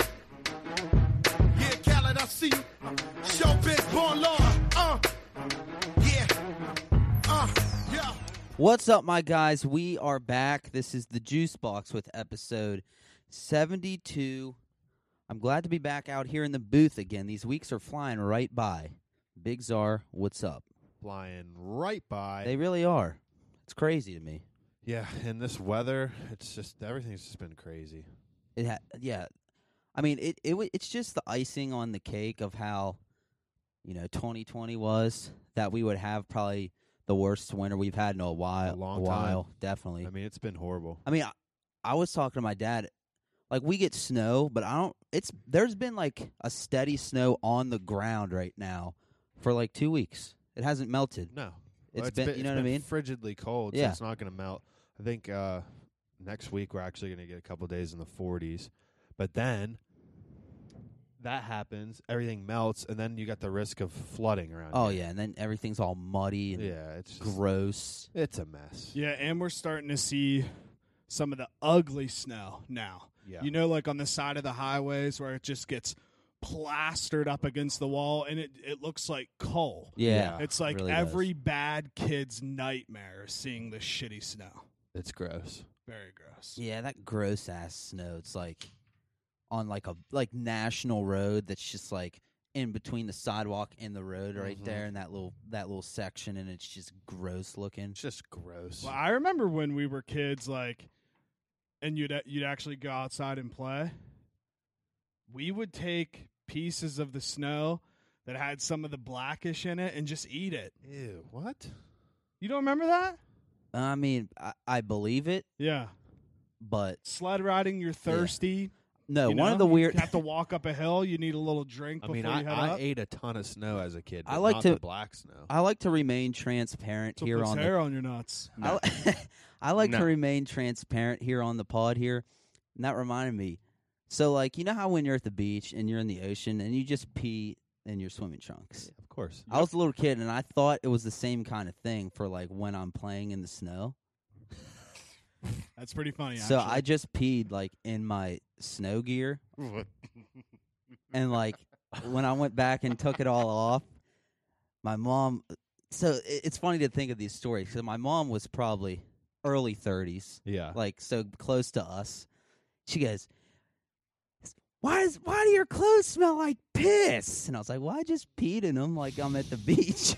Uh. What's up, my guys? We are back. This is the Juice Box with episode 72. I'm glad to be back out here in the booth again. These weeks are flying right by. Big Czar, what's up? flying right by. They really are. It's crazy to me. yeah, and this weather, it's just everything's just been crazy. It ha- yeah. I mean, it it wa- it's just the icing on the cake of how you know 2020 was that we would have probably the worst winter we've had in a while. A long while, definitely. I mean, it's been horrible. I mean, I, I was talking to my dad. Like we get snow, but I don't. It's there's been like a steady snow on the ground right now for like two weeks. It hasn't melted. No, It's been, you know it's what I been mean? Frigidly cold. Yeah. so it's not going to melt. I think uh, next week we're actually going to get a couple days in the 40s, but then that happens, everything melts, and then you got the risk of flooding around. Oh here. yeah, and then everything's all muddy and yeah, it's just, gross. it's a mess. Yeah, and we're starting to see some of the ugly snow now. yeah. You know, like on the side of the highways where it just gets plastered up against the wall and it, it looks like coal. Yeah, Yeah. It's like really does. every bad kid's nightmare is seeing the shitty snow. it's gross. Very gross. Yeah, that gross ass snow. It's like on like a like national road that's just like in between the sidewalk and the road right Mhm. there in that little that little section and it's just gross looking. It's just gross. Well, I remember when we were kids, like, and you'd you'd actually go outside and play. We would take pieces of the snow that had some of the blackish in it and just eat it. Ew, what? You don't remember that? I mean, I, I believe it, Yeah, but sled riding. You're thirsty. no, you Uh, one of the know? weird You have to walk up a hill. You need a little drink I before mean, you I, head I up. ate a ton of snow as a kid. I but like not to- the black snow. I like to remain transparent So here puts on the hair on your nuts. I li- I like to No. remain transparent here on the pod here. And that reminded me. So like, you know how when you're at the beach and you're in the ocean and you just pee in your swimming trunks? Yeah, of course. I was a little kid and I thought it was the same kind of thing for like when I'm playing in the snow. That's pretty funny. so actually. I just peed like in my snow gear and like when I went back and took it all off, my mom so i- it's funny to think of these stories cuz my mom was probably early 30s, Uh. Yeah. like so close to us. She goes, "Why does why do your clothes smell like piss?" And I was like, "Well, I just peed in them like I'm at the beach."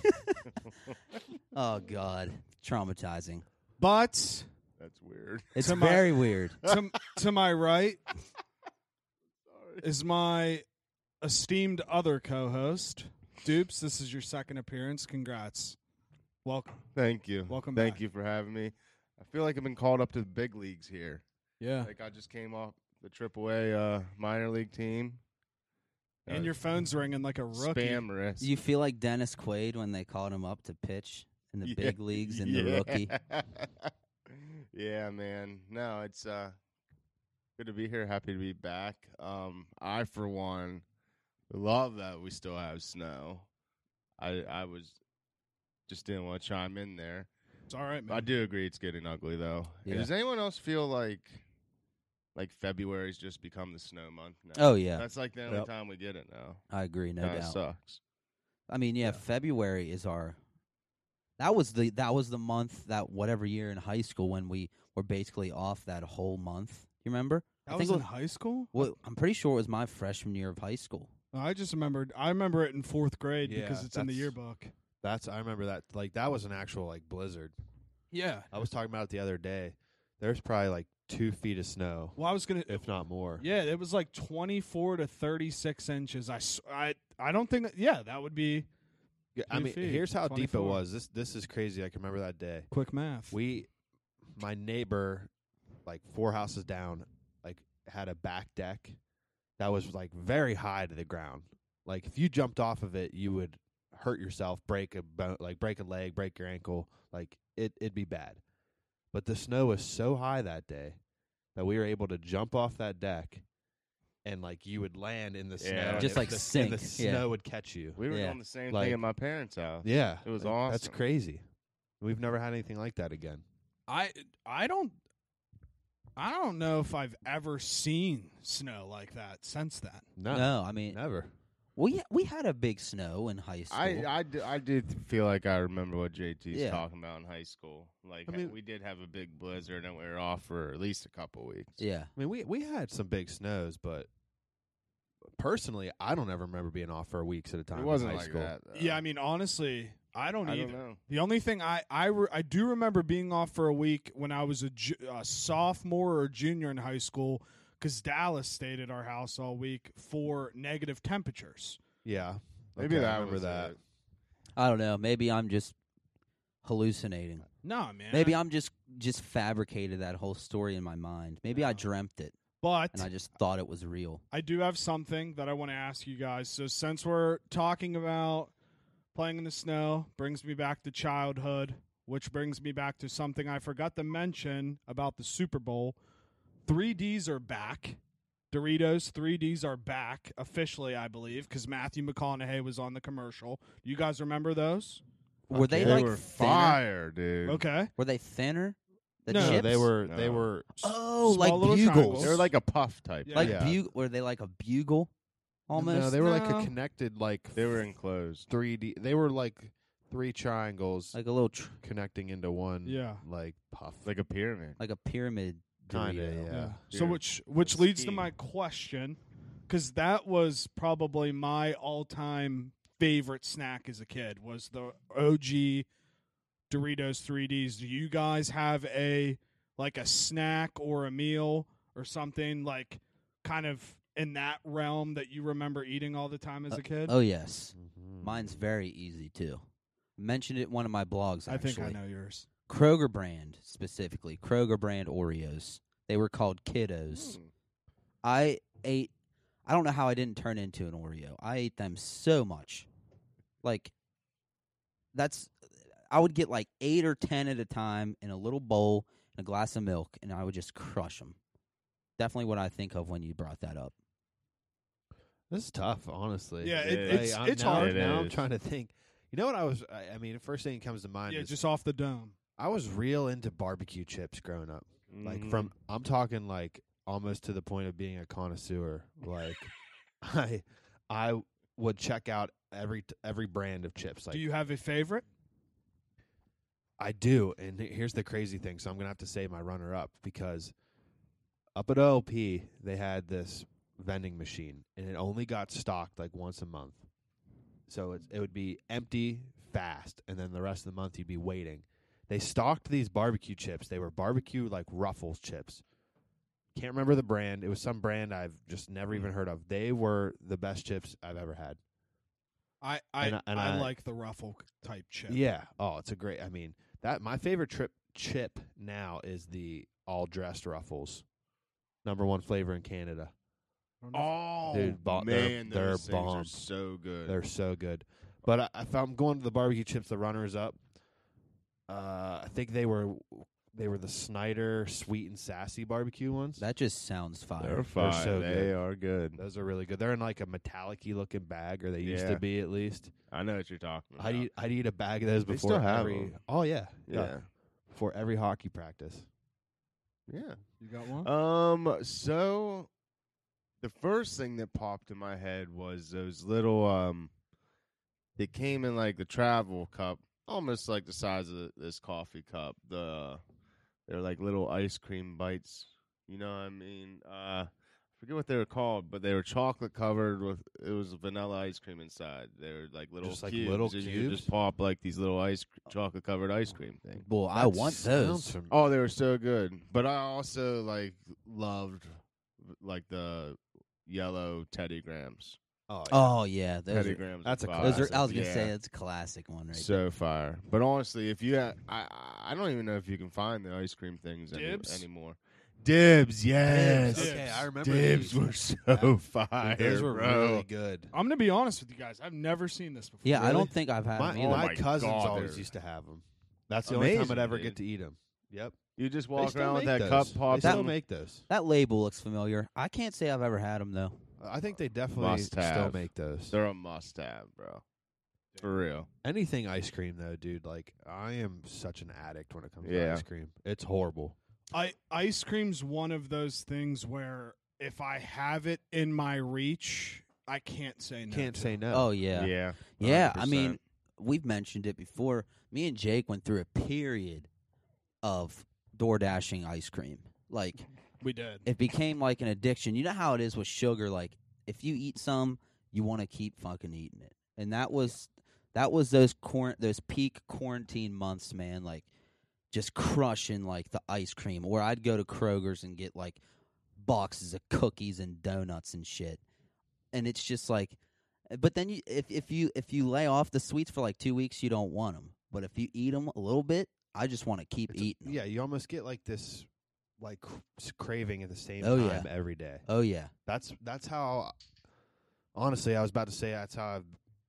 oh god, traumatizing. but That's weird. It's To my- very weird. to, to my right is my esteemed other co-host dupes this is your second appearance congrats welcome Thank you. Welcome Thank back. you for having me. I feel like I've been called up to the big leagues here. yeah Like I just came off the AAA uh, minor league team. and your phone's ringing like a rookie spam risk. Do you feel like Dennis Quaid when they called him up to pitch in the Yeah. big leagues and the Yeah. rookie? yeah, man. No, it's uh, good to be here. Happy to be back. Um, I for one love that we still have snow. I I was just didn't want to chime in there. it's all right man I do agree it's getting ugly though. And Mm. Yeah. Does anyone else feel like like February's just become the snow month now? Oh yeah, That's like the only Yep. time we get it now. I agree, no Kinda doubt. sucks. I mean, yeah, Yeah. February is our. That was the that was the month that whatever year in high school when we were basically off that whole month. You remember? that I was think in it was, high school well, I'm pretty sure it was my freshman year of high school. i just remembered i remember it in fourth grade Yeah, because it's in the that's- yearbook That's I remember that. Like that was an actual like blizzard. yeah I was talking about it the other day. There's probably like two feet of snow, well i was gonna if not more. yeah it was like 24 to 36 inches i s- i, I don't think that yeah that would be Yeah, I two mean, feet, here's how deep it 24. was. This this is crazy. I can remember that day. quick math We, my neighbor, like four houses down, like had a back deck that was like very high to the ground. Like if you jumped off of it, you would hurt yourself, break a bone, like break a leg, break your ankle. Like it, it'd be bad. But the snow was so high that day that we were able to jump off that deck, and like you would land in the snow, Yeah. and Just, if like, the, and sink, the yeah. snow would catch you. We were Yeah. doing the same Like- thing at my parents' house. Yeah, It was like, That's awesome. crazy. We've never had anything like that again. I I don't I don't know if I've ever seen snow like that since then. No, no, I mean, never. We we had a big snow in high school. I, I, do, I do feel like I remember what JT's Yeah. talking about in high school. Like I mean- we did have a big blizzard and we were off for at least a couple weeks. yeah. I mean, we we had some big snows, but personally, I don't ever remember being off for weeks at a time. It in wasn't high like school. that. though. yeah, I mean, honestly, I don't Uh, I either. don't know. The only thing I I, re- I do remember being off for a week when I was a, ju- a sophomore or junior in high school because Dallas stayed at our house all week for negative temperators. Yeah, Maybe Okay, that I remember was that. it. I don't know. Maybe I'm just hallucinating. Nah, man. Maybe I'm just just fabricated that whole story in my mind. Maybe I No. dreamt it but and I just thought it was real. I do have something that I want to ask you guys. So since we're talking about playing in the snow, brings me back to childhood, which brings me back to something I forgot to mention about the Super Bowl. 3Ds are back. Doritos 3Ds are back officially, I believe, because Matthew McConaughey was on the commercial. You guys remember those? Were they They, like were thinner? fire, dude. Okay. Were they thinner? The No, No, chips? they were they No. were Oh, small like little bugles. triangles. They were like a puff type. Yeah. like Yeah. bugle. Were they like a bugle? Almost. No, they were like No. a connected like They were enclosed. three D. They were like three triangles like a little, tr- connecting into one. Yeah. like puff. Like a pyramid. like a pyramid. Kinda, Dorito. Yeah. So Dude, which which that's leads to steam. my question, because that was probably my all time favorite snack as a kid was the OG Doritos 3Ds. Do you guys have a like a snack or a meal or something like kind of in that realm that you remember eating all the time Uh, as a kid? Oh yes, Mhm. mine's very easy too. Mentioned it in one of my blogs. I Actually. think I know yours. Kroger brand specifically, Kroger brand Oreos. They were called kiddos. Mm. I ate. I don't know how I didn't turn into an Oreo. I ate them so much, like that's. I would get like eight or ten at a time in a little bowl and a glass of milk, and I would just crush them. Definitely what I think of when you brought that up. This is tough, honestly. Yeah, it- Like, it's- I'm it's now- hard. It Now I'm is. trying to think. You know what I was? I, I mean, the first thing that comes to mind Yeah, is just off the dome. I was real into barbecue chips growing up. Like Mhm. from, I'm talking like almost to the point of being a connoisseur. Like, I, I would check out every t- every brand of chips. Like, Do you have a favorite? I do. And he- here's the crazy thing. So I'm gonna have to say my runner up because up at OLP they had this vending machine and it only got stocked like once a month. So it it would be empty fast, and then the rest of the month you'd be waiting. They stocked these barbecue chips. They were barbecue like Ruffles chips. Can't remember the brand. It was some brand I've just never even heard of. They were the best chips I've ever had. I I, And I- and I I- like the ruffle type chip. Yeah. Oh, it's a great. I mean, that my favorite trip chip now is the all dressed ruffles, number one flavor in Canada. I don't know if- Oh Dude, bo- they're- man, they're those things are bomb. so good. They're so good. But I, if I'm going to the barbecue chips, the runners up, uh, I think they were they were the Snyder sweet and sassy barbecue ones. That just sounds fire. They're fine. so they good. are good. Those are really good. They're in like a metallic-y looking bag, or they used Yeah. to be at least. I know what you're talking about. I'd eat I'd eat a bag of those They before still have every. 'em. Oh yeah, yeah. Before every hockey practice. Yeah. you got one. Uh-huh. Um. So, the first thing that popped in my head was those little um, they came in like the travel cup, almost like the size of this coffee cup. The they're like little ice cream bites. You know what I mean? Uh, I forget what they were called, but they were chocolate covered with it was vanilla ice cream inside. They were like little Just like cubes, little and you cubes? Oh. just pop like these little ice chocolate covered ice cream thing. Well, I That want sounds those. fam- Oh, they were so good. But I also like loved like the yellow Teddy Grahams. oh, yeah. Oh yeah, those Teddy are, Grahams. that's a are those fire. are. I was classic, gonna Yeah. say that's a classic one right there. so fire. But honestly, if you had, I I I don't even know if you can find the ice cream things any- Dibs? anymore. Dibs, yes. Dibs. Dibs, Okay, I remember these. were so fire, Dude, those were bro. Oh, really good. I'm gonna be honest with you guys. I've never seen this before. Yeah, I Really? don't think I've had My, them either. oh Uh, my my cousins God, always they're used to have them. That's the only time amazing, I'd ever dude. get to eat them. Yep. You just They walk still around with make that cup those. pop. They still That- make those. That label looks familiar. I can't say I've ever had them though. I think they definitely Must still have. make those. They're a must have, bro. For real. Anything ice cream though, dude. Like I am such an addict when it comes to Yeah. ice cream. It's horrible. I ice cream's one of those things where if I have it in my reach, I can't say no. Can't to. say no. Oh yeah. yeah. Yeah. I 100%. mean, we've mentioned it before. Me and Jake went through a period of door dashing ice cream. Like we did. it became like an addiction. You know how it is with sugar. Like if you eat some, you want to keep fucking eating it. And that was that was those quar- those peak quarantine months, man. Like just crushing like the ice cream. Or I'd go to Kroger's and get like boxes of cookies and donuts and shit. And it's just like, but then you if if you if you lay off the sweets for like two weeks, you don't want them. But if you eat them a little bit, I just want to keep It's a- eating. 'em. yeah, you almost get like this, like cr- s- craving at the same Oh, yeah. time every day. Oh yeah. That's that's how. Honestly, I was about to say that's how I've,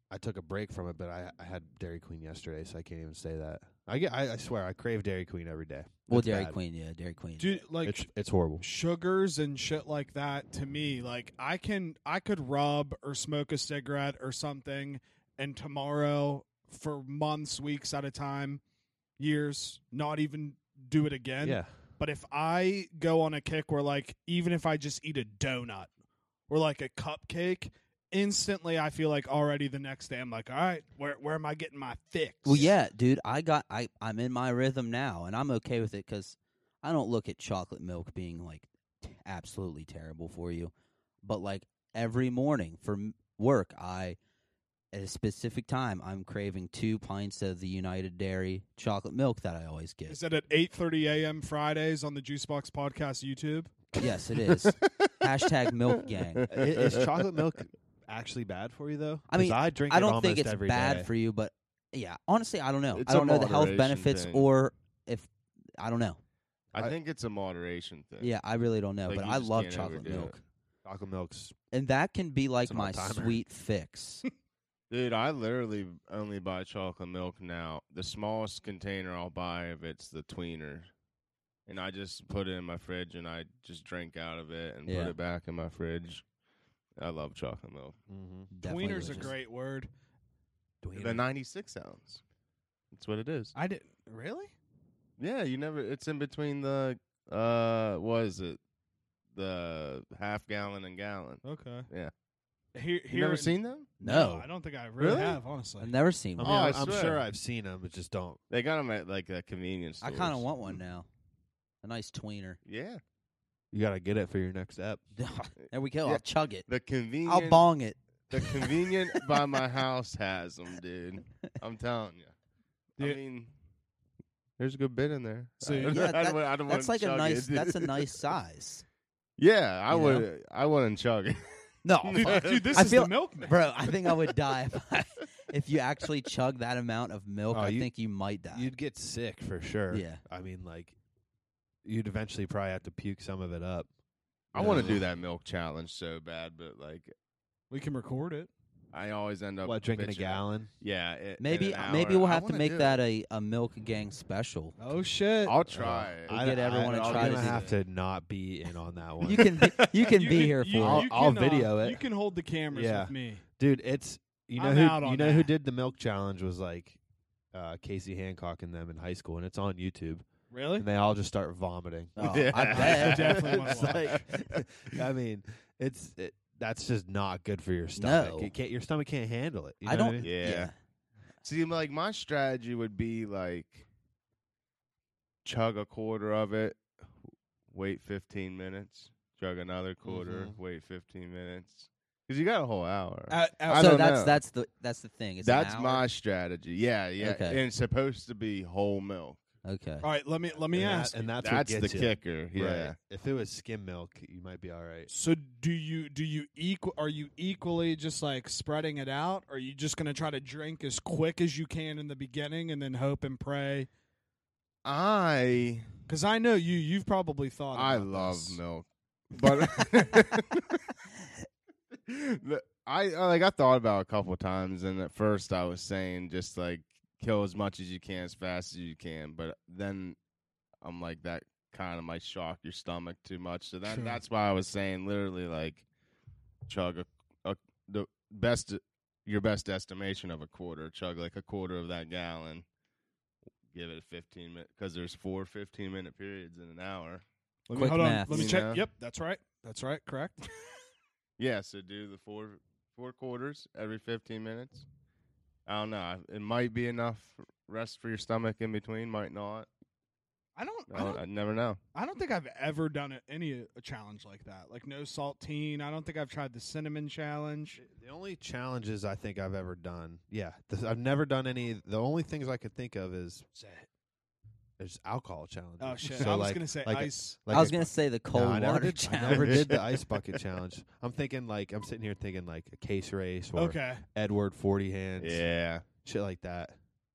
I took a break from it, but I, I had Dairy Queen yesterday, so I can't even say that. I get, I, I swear, I crave Dairy Queen every day. Well, It's Dairy bad. Queen. Yeah, Dairy Queen. Dude, like it's it's horrible. sugars and shit like that to me like i can i could rub or smoke a cigarette or something and tomorrow for months weeks at a time years not even do it again yeah, but if i go on a kick where like even if i just eat a donut or like a cupcake instantly i feel like already the next day i'm like all right where where am i getting my fix Well, yeah, dude, I got I I'm in my rhythm now, and I'm okay with it because I don't look at chocolate milk being like absolutely terrible for you, but like every morning for m- work, I at a specific time I'm craving two pints of the United Dairy chocolate milk that I always is get. that at 8.30 a.m fridays on the juicebox podcast youtube yes, it is. Hashtag milk gang. I- is chocolate milk actually bad for you though? I mean, 'Cause I drink. I it don't think almost it's every bad day. for you, but yeah, honestly, I don't know. It's I a don't know the health moderation benefits thing. or if I don't know. I I- think it's a moderation thing. Yeah, I really don't know, Like, but you I just love can't chocolate overdo it. milk. Chocolate milk's and that can be like an my all-timer. sweet fix. Dude, I literally only buy chocolate milk now. The smallest container I'll buy if it's the tweener. And I just put it in my fridge and I just drink out of it and Yeah. put it back in my fridge. I love chocolate milk. mm-hmm. Definitely tweener's a delicious. great word The 96 ounce. That's what it is. I didn't really. Yeah, you never it's in between the uh what is it? The half gallon and gallon. Okay. Yeah. Here, You never in- seen them? No, I don't think I really, Really? have. Honestly, I've never seen I one. Oh, I am swear. sure I've seen them, but just don't. They got them at like a convenience store. I kind of want one now. A nice tweener. Yeah. You gotta get it for your next ep. there we go. Yeah. I'll chug it. The convenience I'll bong it. The convenient by my house has them, dude. I'm telling you. I Dude. mean, there's a good bit in there. So- I, Yeah, don't- I that- don't wanna- I don't That's wanna like a chug nice. It, That's a dude. nice size. Yeah, I you know? would. I wouldn't chug it. No, Dude, fuck. dude, this I is feel- the milkman. bro. I think I would die if, I, if you actually chug that amount of milk. Oh, I you- think you might die. You'd get sick for sure. Yeah. I mean, like, you'd eventually probably have to puke some of it up. I You want to know? do that milk challenge so bad, but like, we can record it. I always end up What drinking a bitching. gallon? Yeah, it, in maybe an maybe hour. we'll I have to wanna make do it. that a, a milk gang special. Oh shit! I'll try. Uh, it. We'll get everyone to I'll try I'm to gonna do have to not be in on that one, You can be, you can You be can- here you- for I'll- it. you I'll can, video uh, it. You can hold the cameras Yeah. with me. dude. It's you know I'm who out you on know who that. did the milk challenge was like uh, Casey Hancock and them in high school, and it's on YouTube, Really? and they all just start vomiting. Oh, Yeah. I bet. definitely wanna It's like, I mean, it's it, that's just not good for your stomach. No. It can't, your stomach can't handle it. You I know what don't. mean? Yeah. See, like my strategy would be like chug a quarter of it, wait 15 minutes, chug another quarter, Mhm. wait 15 minutes. Because you got a whole hour. Uh, uh, I so don't that's know. that's the that's the thing. It's an That's hour. my strategy. Yeah, yeah. Okay. And it's supposed to be whole milk. okay. all right. Let me let me and that- ask. and that's, That's, what the gets you. kicker. Yeah. Right. If it was skim milk, you might be all right. so do you do you equal? Are you equally just like spreading it out? Or are you just gonna try to drink as quick as you can in the beginning and then hope and pray? I Because I know you. You've probably thought. I about love this. milk, but The- I I, like I thought about it a couple times, and at first I was saying just like kill as much as you can as fast as you can, but then I'm like that kind of might shock your stomach too much, so that Sure. that's why I was saying literally like chug a, a the best your best estimation of a quarter, chug like a quarter of that gallon. Give it 15 minutes because there's four 15 minute periods in an hour. Let me, Quick hold on. math, Let me you check. know? Yep, that's right. That's right. Correct. Yeah, so do the four four quarters every 15 minutes. I don't know. It might be enough rest for your stomach in between, might not. I don't, I, I don't don't- I never know. I don't think I've ever done a, any a challenge like that. Like no saltine. I don't think I've tried the cinnamon challenge. The only challenges I think I've ever done, yeah, this, I've never done any. The only things I could think of is there's alcohol challenges. Oh shit! So I was like- gonna say like a- ice. like I was a- gonna say the cold no, I never water did, I challenge. never did the ice bucket challenge. I'm thinking like I'm sitting here thinking like a case race or okay, Edward forty hands, Yeah. shit like that.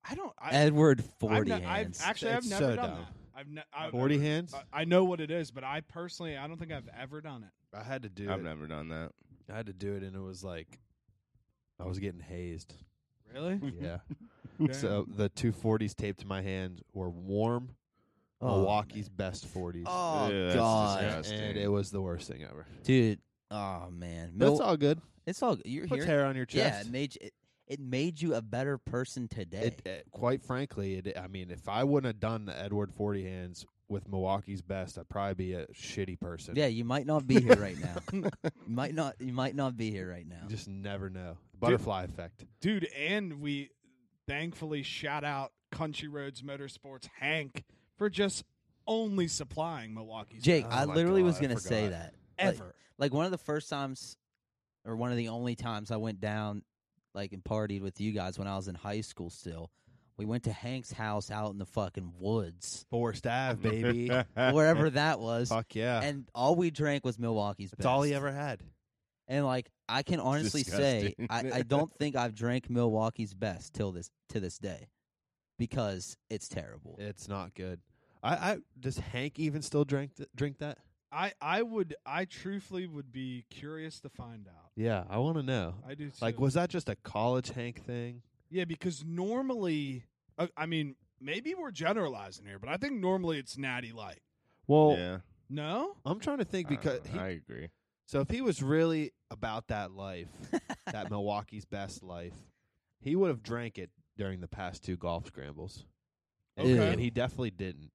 I don't. I, Edward I've 40 ne- hands. I've, actually, It's I've never so done dumb. that. I've, ne- I've forty never- hands. I, I know what it is, but I personally, I don't think I've ever done it. I had to do I've it. never done that. I had to do it, and it was like I was getting hazed. Really? Yeah. So the two forties taped to my hands were warm Oh, Milwaukee's best forties. Oh Ew, that's god, disgusting. and it was the worst thing ever. dude. Oh man, But it's Mil- all good. it's all you're Puts here. hair on your Yeah, chest. it made you, it, it made you a better person today. It- it- quite frankly, it, I mean, if I wouldn't have done the Edward Forty Hands with Milwaukee's best, I'd probably be a shitty person. yeah, you might not be here right now. you might not. You might not be here right now. you just never know. Butterfly effect. Dude, and we thankfully shout out Country Roads Motorsports Hank for just only supplying Milwaukee's Jake, Oh I my literally was God, I gonna say forgot. that. Like- ever. like one of the first times, or one of the only times I went down, like and partied with you guys when I was in high school. Still, we went to Hank's house out in the fucking woods, Forced Ave, baby. wherever that was. Fuck yeah. And all we drank was Milwaukee's. That's all he Best. ever had. And like I can honestly say, I, disgusting. I don't think I've drank Milwaukee's best till this to this day, because it's terrible. It's not good. I, I does Hank even still drink th- drink that? I, I would, I truthfully would be curious to find out. Yeah, I want to know. I do too. Like, was that just a college Hank thing? Yeah, because normally, uh, I mean, maybe we're generalizing here, but I think normally it's Natty Light. Well, yeah. No, I'm trying to think I don't because know. he, I agree. so if he was really about that life, that Milwaukee's best life, he would have drank it during the past two golf scrambles. And- Okay. and he definitely didn't.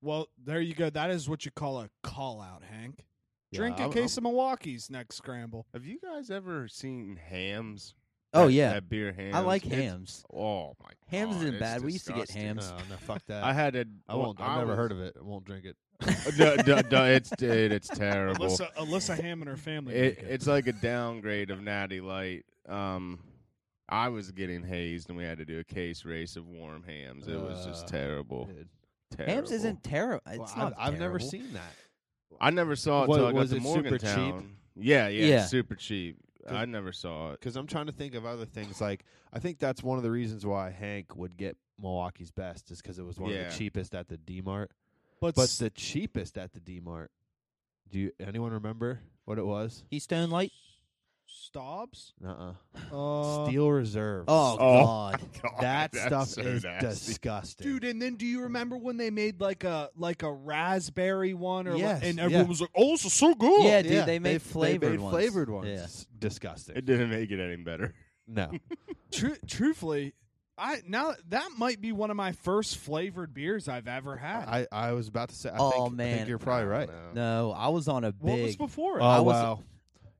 well, there you go. That is what you call a call out, Hank. Yeah, Drink I'm- a case of Milwaukee's next scramble. Have you guys ever seen hams? oh That- yeah, That beer hams. I like It's- hams. Oh my god. Hams isn't it's bad. We used to get disgusting. I'm- hams. No, no, fuck that. I had a. I won't. I've I never was- heard of it. I won't drink it. duh, duh, duh, it's dude, it's terrible. Alyssa, Alyssa Ham and her Oh family. It, make it. it's like a downgrade of Natty Light. Um, I was getting hazed, and we had to do a case race of warm hams. It was just Uh, terrible. Dude. terrible. Hams isn't terrible. It's Well, not. I've, I've never terrible. seen that. I never saw it What- until I got was to it super cheap? Morgantown. Yeah, yeah, Yeah. super cheap. 'Cause- I never saw it. because I'm trying to think of other things. Like I think that's one of the reasons why Hank would get Milwaukee's best is because it was one Yeah. of the cheapest at the D Mart. but, But s- the cheapest at the D Mart. Do you, anyone remember what it was? Keystone Light. Staubs, Uh uh uh, Steel Reserve. Oh, god. that Oh, that's stuff so is nasty. disgusting, dude. And then do you remember when they made like a like a raspberry one or Yes, and everyone yeah. was like, "Oh, this is so good." Yeah, dude, they made flavored made ones. flavored ones. Yeah. It's disgusting. It didn't make it any better. no, Tru- truthfully, I now that might be one of my first flavored beers I've ever had. I, I was about to say. I Oh, think, I man. think you're probably I don't right. know. No, I was on a what was big. before Oh it? I was- wow.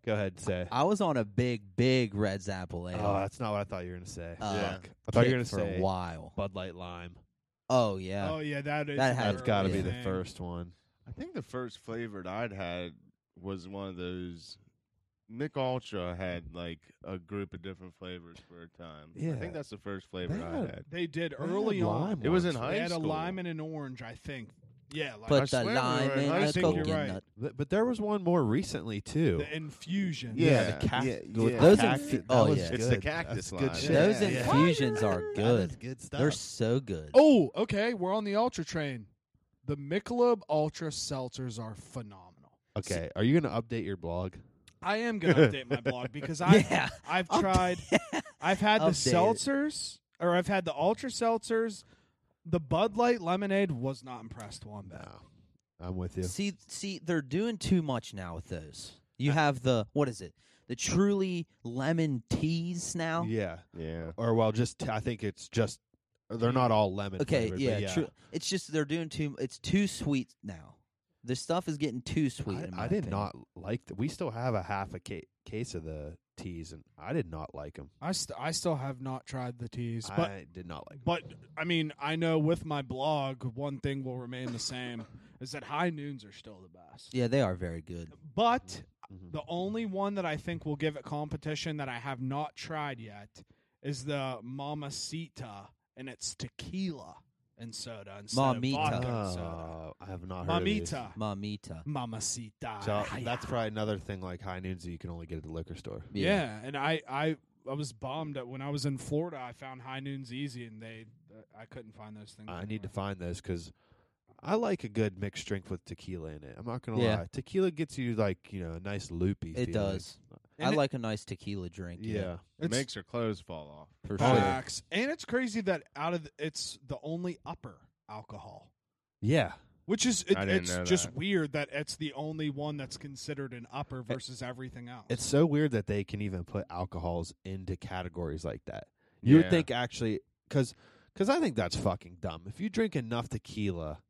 Go ahead, say. I was on a big, big Red's apple ale. Oh, that's not what I thought you were gonna say. Uh, Yeah. Fuck. I thought you were gonna kick for say a while. Bud Light Lime. Oh yeah, oh yeah, that is That an had- That's early got to be the thing. first one. I think the first flavored I'd had was one of those. Mick Ultra had like a group of different flavors for a time. I Yeah. think that's the first flavor They I had- had. They did early on. It was in They high had a school. lime and an orange, I think. Yeah, like put I the swear we lime were in in high the school. coconut. You're right. But, but there was one more recently too. the infusion. Yeah. the cac- yeah, with yeah. the Those cactus. infu- that oh, was yeah. It's the good. cactus That's good line. shit. Those Yeah. infusions are That is good. good stuff. They're so good. Oh, okay. We're on the Ultra train. The Michelob Ultra seltzers are phenomenal. okay, are you gonna update your blog? I am going to update my blog because I yeah, I've Update- tried I've had the Update it. seltzers or I've had the Ultra seltzers. The Bud Light lemonade was not impressed one bit. I'm with you. see, see, they're doing too much now with those. You have the what is it? The truly lemon teas now. Yeah, Yeah. or well, just I think it's just uh, they're not all lemon. Okay, flavored, but yeah, yeah. True. It's just they're doing too. It's too sweet now. The stuff is getting too sweet. in I, my I did opinion. not like. The, we still have a half a ca- case of the teas, and I did not like them. I st- I still have not tried the teas, but I did not like. 'em. but I mean I know with my blog one thing will remain the same is that high noons are still the best. Yeah, they are very good. But Mhm. the only one that I think will give it competition that I have not tried yet is the Mamacita, and it's tequila and soda instead Mamita. of vodka and soda. Oh, I have not heard. of these. Mamita, Mamita. Mamacita. So that's probably another thing like high noons that you can only get at the liquor store. Yeah, and I I I was bummed that when I was in Florida, I found high noons easy, and they uh, I couldn't find those things. I need to find those because I like a good mixed drink with tequila in it. I'm not gonna Yeah. lie, tequila gets you like you know a nice loopy. It feeling. does. And I it- like a nice tequila drink. Yeah, It It's- makes her clothes fall off. for sure. Facts. And it's crazy that out of the, it's the only upper alcohol, yeah, which is it, I didn't it's know just that. weird that it's the only one that's considered an upper versus everything else. it's so weird that they can even put alcohols into categories like that. You would Yeah. think actually, because I think that's fucking dumb. If you drink enough tequila,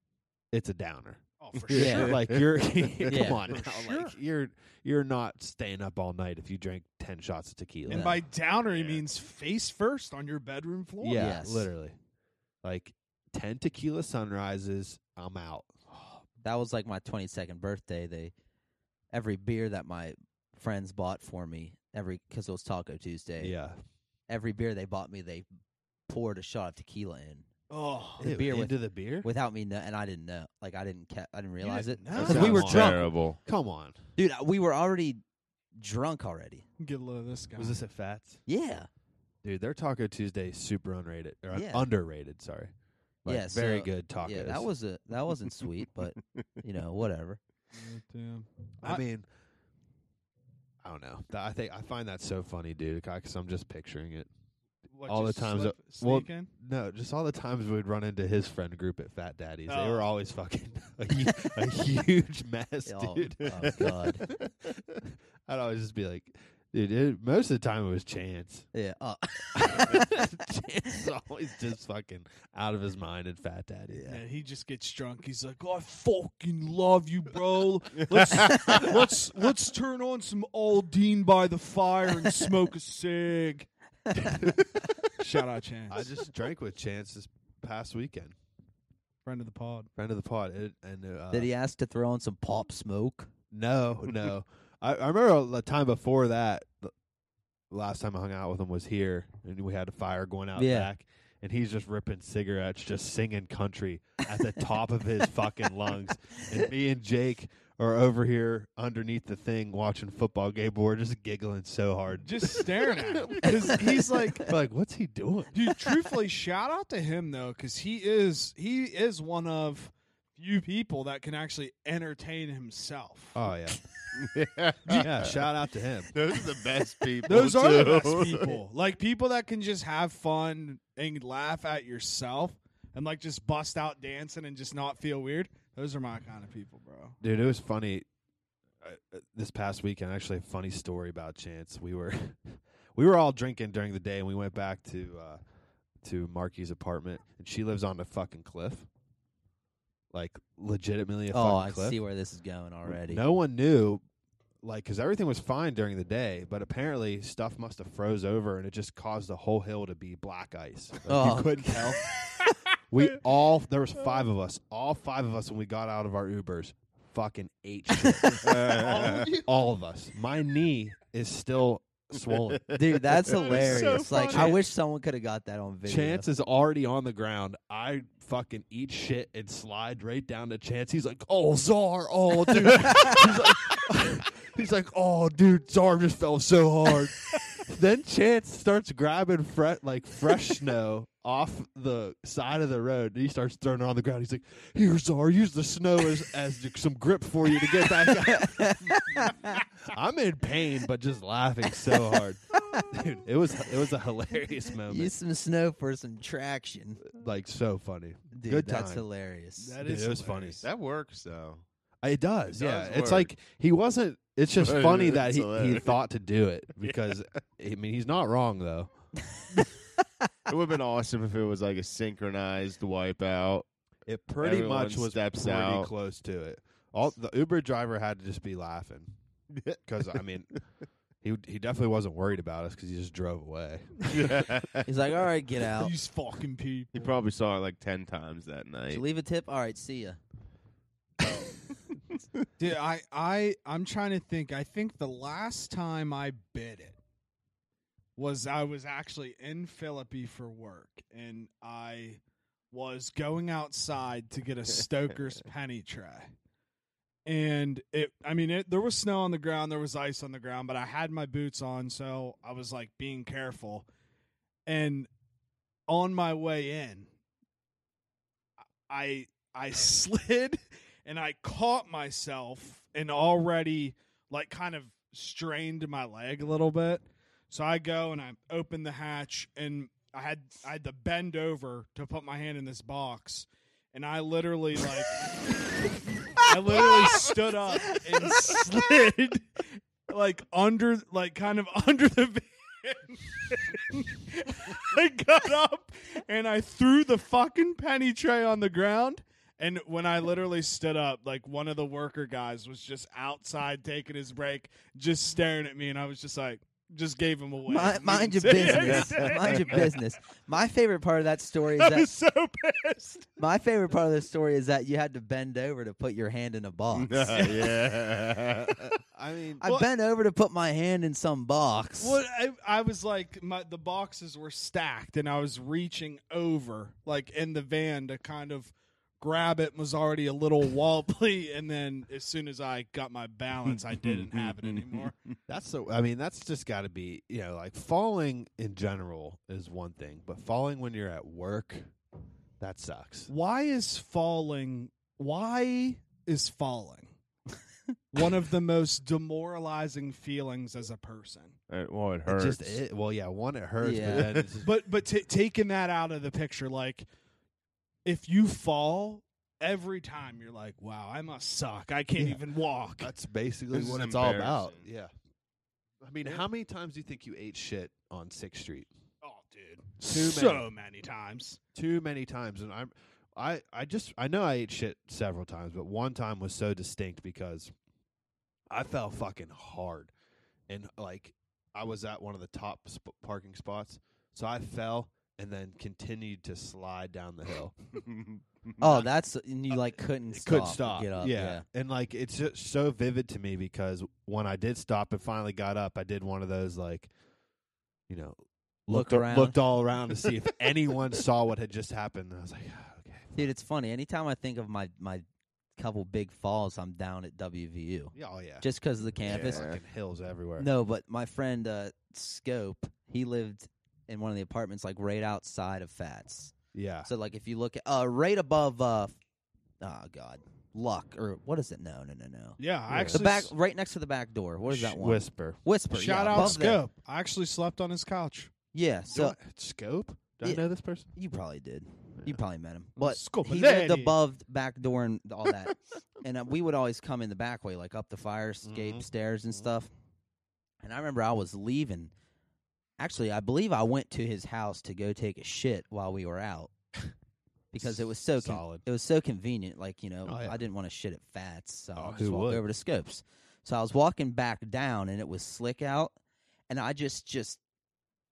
it's a downer. oh for Yeah. sure. like you're Yeah. come on, now, For sure. like you're you're not staying up all night if you drink ten shots of tequila. And Yeah. by downer, he Yeah. means face first on your bedroom floor. Yeah, Yes. literally. Like ten tequila sunrises, I'm out. That was like my 22nd birthday. They every beer that my friends bought for me every because it was Taco Tuesday. Yeah, Every beer they bought me, they poured a shot of tequila in Oh, The beer with- into the beer. without me know, and I didn't know. Like I didn't ca- I didn't realize didn't it. know? Because we Sounds were drunk. Terrible. Come on, Dude, I- we were already drunk already. get a load of this guy. was this at Fats? Yeah. Dude, their Taco Tuesday is super unrated or un- Yeah. underrated. Sorry. Like, Yeah, very so- good tacos. Yeah, that was a that wasn't sweet, but you know, whatever. Damn. I I- mean, I don't know. Th- I think I find that so funny, dude. Because I'm just picturing it. What, All the just times slip- that- well, sneak in? No, just all the times we'd run into his friend group at Fat Daddy's. They were Oh. always fucking a, hu- a huge mess, Oh, dude. oh, God. I'd always just be like, dude, it, most of the time it was Chance. Yeah. Uh, Chance is always just fucking out of his mind and Fat Daddy. Yeah, he just gets drunk. He's like, "I fucking love you, bro. Let's let's let's turn on some Aldine by the fire and smoke a cig." Shout out, Chance, I just drank with Chance this past weekend, friend of the pod. friend of the pod. It, and uh, Did he ask to throw in some pop smoke? No, no. I, I remember the time before that. The last time I hung out with him was here, and we had a fire going out Yeah. back, and he's just ripping cigarettes, just singing country at the top of his fucking lungs. And me and Jake are over here underneath the thing watching football game. We're just giggling so hard. Just staring at him because he's like, We're like, what's he doing? dude. Truthfully, shout out to him though, because he is he is one of few people that can actually entertain himself. Oh yeah, yeah. yeah. Shout out to him. Those are the best people. Those are the too. best people. Like people that can just have fun and laugh at yourself and like just bust out dancing and just not feel weird. Those are my kind of people, bro. Dude, it was funny. uh, uh, This past weekend, actually, a funny story about Chance. We were, we were all drinking during the day, and we went back to, uh, to Marky's apartment, and she lives on the fucking cliff, like legitimately a Oh, fucking I cliff. see where this is going already. No one knew, like, because everything was fine during the day, but apparently stuff must have froze over, and it just caused the whole hill to be black ice. Like, Oh. You couldn't tell. we all there was five of us. All five of us when we got out of our Ubers, fucking ate shit. all of us. My knee is still swollen. Dude, that's That is so hilarious. like, I funny. wish someone could have got that on video. Chance is already on the ground. I fucking eat shit and slide right down to Chance. He's like, "Oh, Czar, oh, dude." he's, like, he's like, "Oh, dude, Czar just fell so hard." then Chance starts grabbing fre- like fresh snow off the side of the road. And he starts throwing it on the ground. He's like, "Here, Czar, use the snow as, as some grip for you to get back up." I'm in pain, but just laughing so hard. Dude, it was it was a hilarious moment Use some snow for some traction. like so funny. Dude, Good that's time. hilarious. That Dude, is it was funny. hilarious. That works though. It does, It yeah. does it's work. like he wasn't. It's just funny that It's he, he hilarious. thought to do it because I mean he's not wrong though. It would have been awesome if it was like a synchronized wipeout. It pretty Everyone much was steps pretty out. close to it. All the Uber driver had to just be laughing because I mean, he he definitely wasn't worried about us because he just drove away. He's like, all right, get out. These fucking people. He probably saw it like ten times that Did night. you leave a tip? All right, see ya. Dude, I, I, I'm trying to think. I think the last time I bid it was I was actually in Philippi for work, and I was going outside to get a Stoker's penny tray. And it, I mean, it, there was snow on the ground, there was ice on the ground, but I had my boots on, so I was like being careful. And on my way in, I I slid and I caught myself and already like kind of strained my leg a little bit. So I go and I open the hatch and I had I had to bend over to put my hand in this box and I literally like I literally stood up and slid like under like kind of under the van. I got up and I threw the fucking penny tray on the ground and when I literally stood up, like one of the worker guys was just outside taking his break, just staring at me, and I was just like, just gave him away. Mind, Didn't mind your say business. anything. Mind your business. My favorite part of that story is I that was so pissed. my favorite part of the story is that you had to bend over to put your hand in a box. yeah. I mean, I Well- bent over to put my hand in some box. Well, I, I was like, my, the boxes were stacked, and I was reaching over, like in the van, to kind of grab it. and Was already a little wobbly, and then as soon as I got my balance, I didn't have it anymore. that's so. I mean, that's just got to be you know like falling in general is one thing, but falling when you're at work, that sucks. Why is falling? Why is falling one of the most demoralizing feelings as a person? It- well, it It hurts. just it, well, yeah, one it hurts, Yeah. but then it's just, But but ta taking that out of the picture, like if you fall every time, you're like, wow, I must suck. I can't Yeah. even walk. that's basically This is what it's all about. embarrassing. Yeah. I mean, how many times do you think you ate shit on Sixth Street? Oh, dude, Too so many. many. times. too many times and I'm I I just I know I ate shit several times, but one time was so distinct because I fell fucking hard. And like I was at one of the top sp- parking spots, so I fell and then continued to slide down the hill. oh, that's and you like couldn't It stop. couldn't stop. Get up. yeah. And like it's just so vivid to me because when I did stop and finally got up, I did one of those like you know, Look looked a- around. looked all around to see if anyone saw what had just happened. And I was like, "Ah, okay. Dude, it's funny. Anytime I think of my my couple big falls, I'm down at WVU Yeah, oh yeah. just because of the campus. Yeah. Fucking hills everywhere. No, but my friend uh, Scope, he lived in one of the apartments like right outside of Fats. Yeah. So like if you look at uh, right above uh, f- oh god, Luck or what is it? No, no, no, no. Yeah, Yeah. I The actually back, s- right next to the back door. What is Sh- that one? Whisper. Whisper. Shout yeah, out above there. Scope. I actually slept on his couch. Yeah. So Do I- scope? Do Yeah. I know this person? you probably did. Yeah. You probably met him, but Scope he a lived lady. above the back door and all that. and uh, we would always come in the back way, like up the fire escape Mhm. stairs and Mhm. stuff. And I remember I was leaving. Actually, I believe I went to his house to go take a shit while we were out because it was so con- solid. it was so convenient. Like you know, Oh, yeah. I didn't want to shit at Fats, so Oh, I who just walked would? over to Scopes. So I was walking back down, and it was slick out, and I just just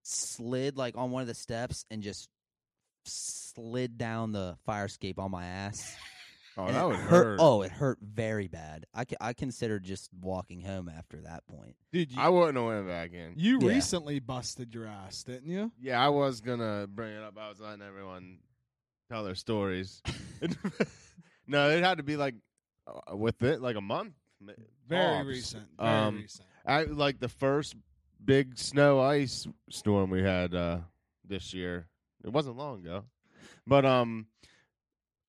slid like on one of the steps and just slid down the fire escape on my ass. oh, And that it would hurt. hurt. Oh, it hurt very bad. I, c- I considered just walking home after that point. Dude, you, I wouldn't have went back in. you Yeah. recently busted your ass, didn't you? Yeah, I was gonna bring it up. I was letting everyone tell their stories. no, it had to be like uh, with it like a month. ma- Very tops. recent. Very Um, recent. I like the first big snow ice storm we had uh this year. It wasn't long ago. But um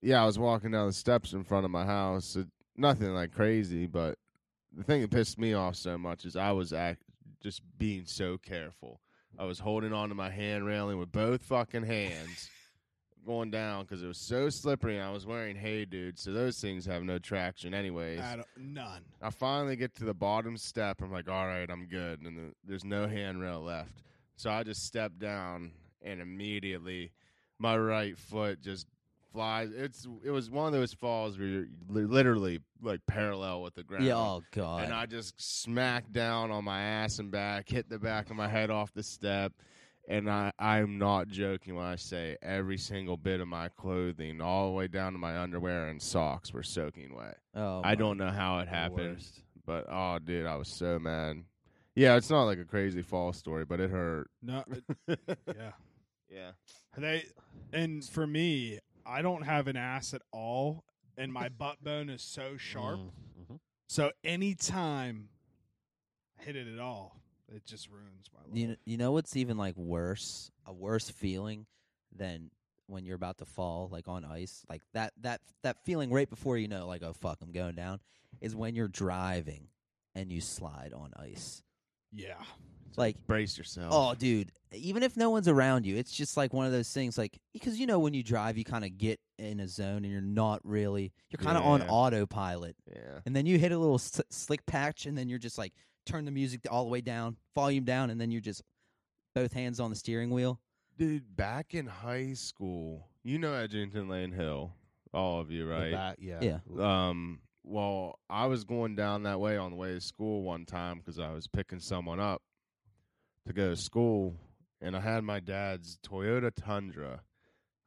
yeah, I was walking down the steps in front of my house. It, nothing like crazy, but the thing that pissed me off so much is I was act- just being so careful. I was holding on to my hand railing with both fucking hands going down because it was so slippery and I was wearing hay dude, so those things have no traction anyways. I don't- none. I finally get to the bottom step. I'm like, all right, I'm good. And the, there's no handrail left. So I just step down, and immediately my right foot just flies. It's it was one of those falls where you're li- literally like parallel with the ground. Yeah. Oh God. and I just smacked down on my ass and back, hit the back of my head off the step. And I, I'm not joking when I say every single bit of my clothing, all the way down to my underwear and socks, were soaking wet. oh, I my- don't know how it The happened, worst. but oh, dude, I was so mad. Yeah, it's not like a crazy fall story, but it hurt. No, yeah. Yeah. They and for me, I don't have an ass at all, and my butt bone is so sharp. Mm, Mm-hmm. mhm. So anytime I hit it at all, it just ruins my life. You know, you know what's even like worse? A worse feeling than when you're about to fall, like on ice, like that that that feeling right before you know, like oh fuck, I'm going down, is when you're driving and you slide on ice. yeah. Like Brace yourself. Oh, dude! Even if no one's around you, it's just like one of those things. Like because you know when you drive, you kind of get in a zone and you're not really. You're kind of on Yeah. autopilot, yeah. and then you hit a little s- slick patch, and then you're just like turn the music all the way down, volume down, and then you're just both hands on the steering wheel. Dude, back in high school, you know Edgington Lane Hill, all of you, The right? back- yeah. Yeah. Um, well, I was going down that way on the way to school one time because I was picking someone up to go to school, and I had my dad's Toyota Tundra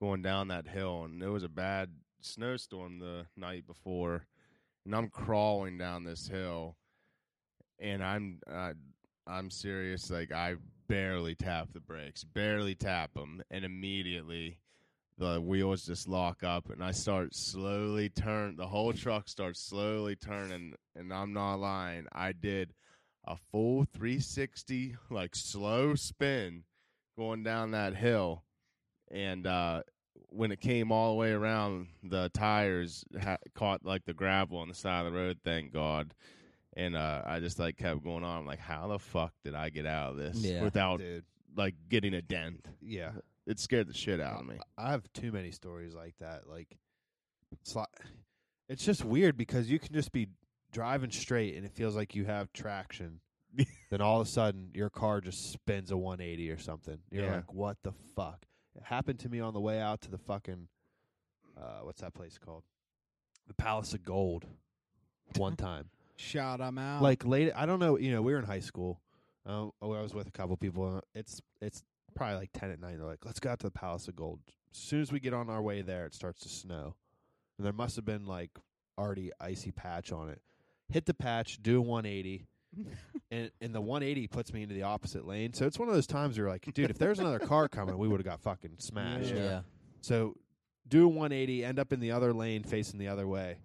going down that hill, and there was a bad snowstorm the night before, and I'm crawling down this hill, and I'm uh, I'm serious, like I barely tap the brakes, barely tap them, and immediately the wheels just lock up and I start slowly turn the whole truck starts slowly turning and I'm not lying I did a full 360 like slow spin going down that hill and uh when it came all the way around the tires ha- caught like the gravel on the side of the road thank god and uh I just like kept going on I'm like how the fuck did I get out of this Yeah. without Dude. like getting a dent Yeah. it scared the shit out of me I have too many stories like that. Like, it's, li- it's just weird because you can just be driving straight and it feels like you have traction. then all of a sudden, your car just spins a 180 or something. You're Yeah. like, what the fuck? It happened to me on the way out to the fucking, uh, what's that place called? The Palace of Gold. One time Shout 'em out. like late i don't know you know we were in high school uh, oh, i was with a couple people and it's it's probably like 10 at night they're like let's go out to the palace of gold as soon as we get on our way there it starts to snow and there must have been like already icy patch on it hit the patch do a 180 and and the 180 puts me into the opposite lane so it's one of those times where you're like dude if there's another car coming we would have got fucking smashed Yeah. Yeah. so do a 180, end up in the other lane, facing the other way.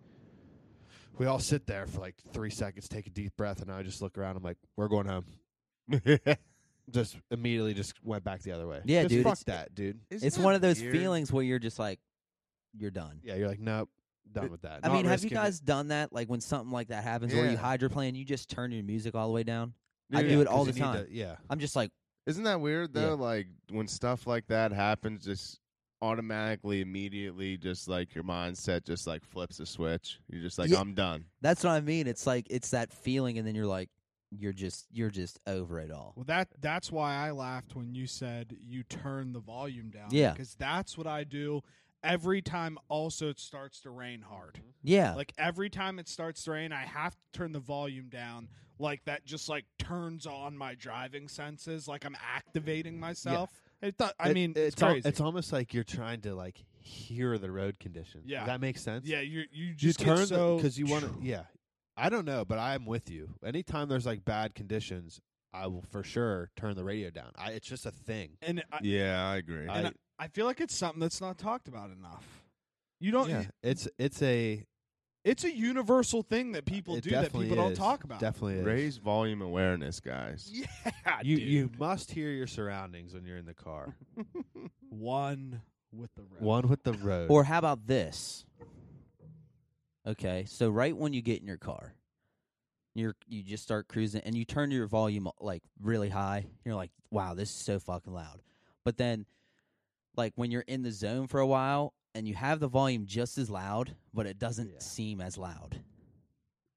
We all sit there for like three seconds, take a deep breath, and I just look around. I'm like, we're going home. Just immediately just went back the other way. Yeah, Just dude, Fuck it's- that, dude. It's one of those feelings where you're just like, you're done. Yeah, you're like, nope, done with that. I Not mean, have you risking it. guys done that? Like when something like that happens, or you Yeah. hydroplane, you just turn your music all the way down. I Dude, do it 'cause all you the need to- time. yeah. I'm just like, Isn't that weird Yeah. though? Like when stuff like that happens, just automatically, immediately, just like your mindset just like flips a switch. You're just like, Yeah. I'm done. that's what I mean. It's like it's that feeling, and then you're like, you're just you're just over it all. well, that that's why I laughed when you said you turn the volume down. Yeah. because that's what I do every time. Also, it starts to rain hard. Mm-hmm. Yeah. Like every time it starts to rain, I have to turn the volume down. Like that just like turns on my driving senses. Like I'm activating myself. It th- I It- mean, it's, al- crazy. it's almost like you're trying to like hear the road conditions. Yeah. Does that make sense? yeah, you you you just turn get so because you want to. Yeah, I don't know, but I'm with you. Anytime there's like bad conditions, I will for sure turn the radio down. I, it's just a thing. And I, Yeah, I agree. I, I feel like it's something that's not talked about enough. You don't. yeah, it's it's a It's a universal thing that people it do that definitely people don't is. talk about. Definitely is. Raise volume awareness, guys. Yeah, You dude. you must hear your surroundings when you're in the car. one with the rest. One with the road. Or how about this? Okay, so right when you get in your car, you're you just start cruising and you turn your volume like really high. You're like, "Wow, this is so fucking loud." But then like when you're in the zone for a while and you have the volume just as loud, but it doesn't Yeah. seem as loud.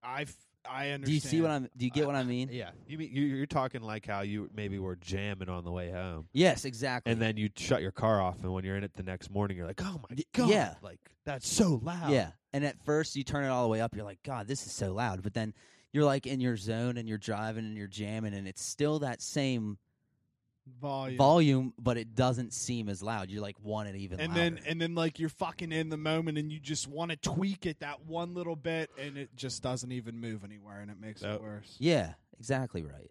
I've I understand. Do you see what I'm? Do you get what I mean? Yeah, you mean you- you're talking like how you maybe were jamming on the way home, Yes, exactly. and then you shut your car off, and when you're in it the next morning, you're like, "Oh my Y- god, yeah. like that's so loud." Yeah. And at first you turn it all the way up, you're like, God, this is so loud. But then you're like in your zone and you're driving and you're jamming and it's still that same volume. volume, but it doesn't seem as loud. You like want it even and louder. then and then like you're fucking in the moment and you just want to tweak it that one little bit and it just doesn't even move anywhere and it makes Nope. it worse. yeah, exactly right.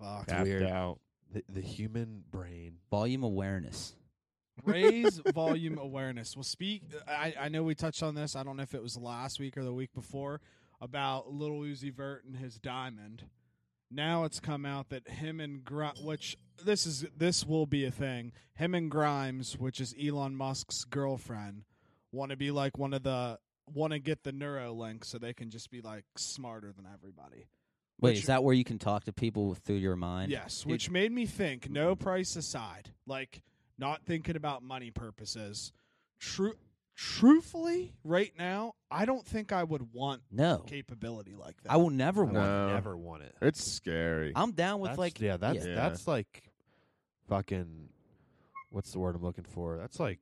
Fuck. That's weird. out. The, the human brain. Volume awareness. Raise volume awareness. Well, speak. I, I know we touched on this. I don't know if it was last week or the week before about Little Uzi Vert and his diamond. Now it's come out that him and Grimes, which this is this will be a thing. Him and Grimes, which is Elon Musk's girlfriend, want to be like one of the want to get the Neuralink so they can just be like smarter than everybody. Wait, Which- is that where you can talk to people through your mind? Yes, It- which made me think. No price aside, like not thinking about money purposes. True, truthfully, right now, I don't think I would want No. capability like that. I will never I would want it. No. never want it. It's scary. I'm down with That's- like yeah, that's Yeah. that's like fucking. What's the word I'm looking for? That's like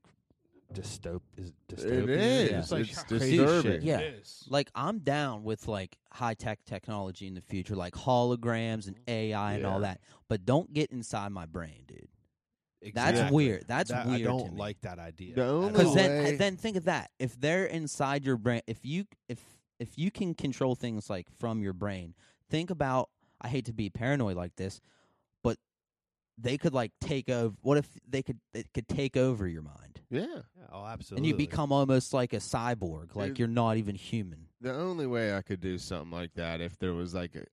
dystop is dystopian. is. It's, like It's crazy disturbing. shit. Yeah. It is. like I'm down with like high tech technology in the future, like holograms and AI and all Yeah. that. But don't get inside my brain, dude. That's Exactly. weird. That's That- weird. I to don't me. like that idea. The at only all. way- Because then, then think of that. If they're inside your brain, if you if if you can control things like from your brain, think about. I hate to be paranoid like this, but they could like take over. What if they could it could take over your mind yeah. Yeah, oh, absolutely. and you become almost like a cyborg, like Dude. you're not even human. The only way I could do something like that if there was like a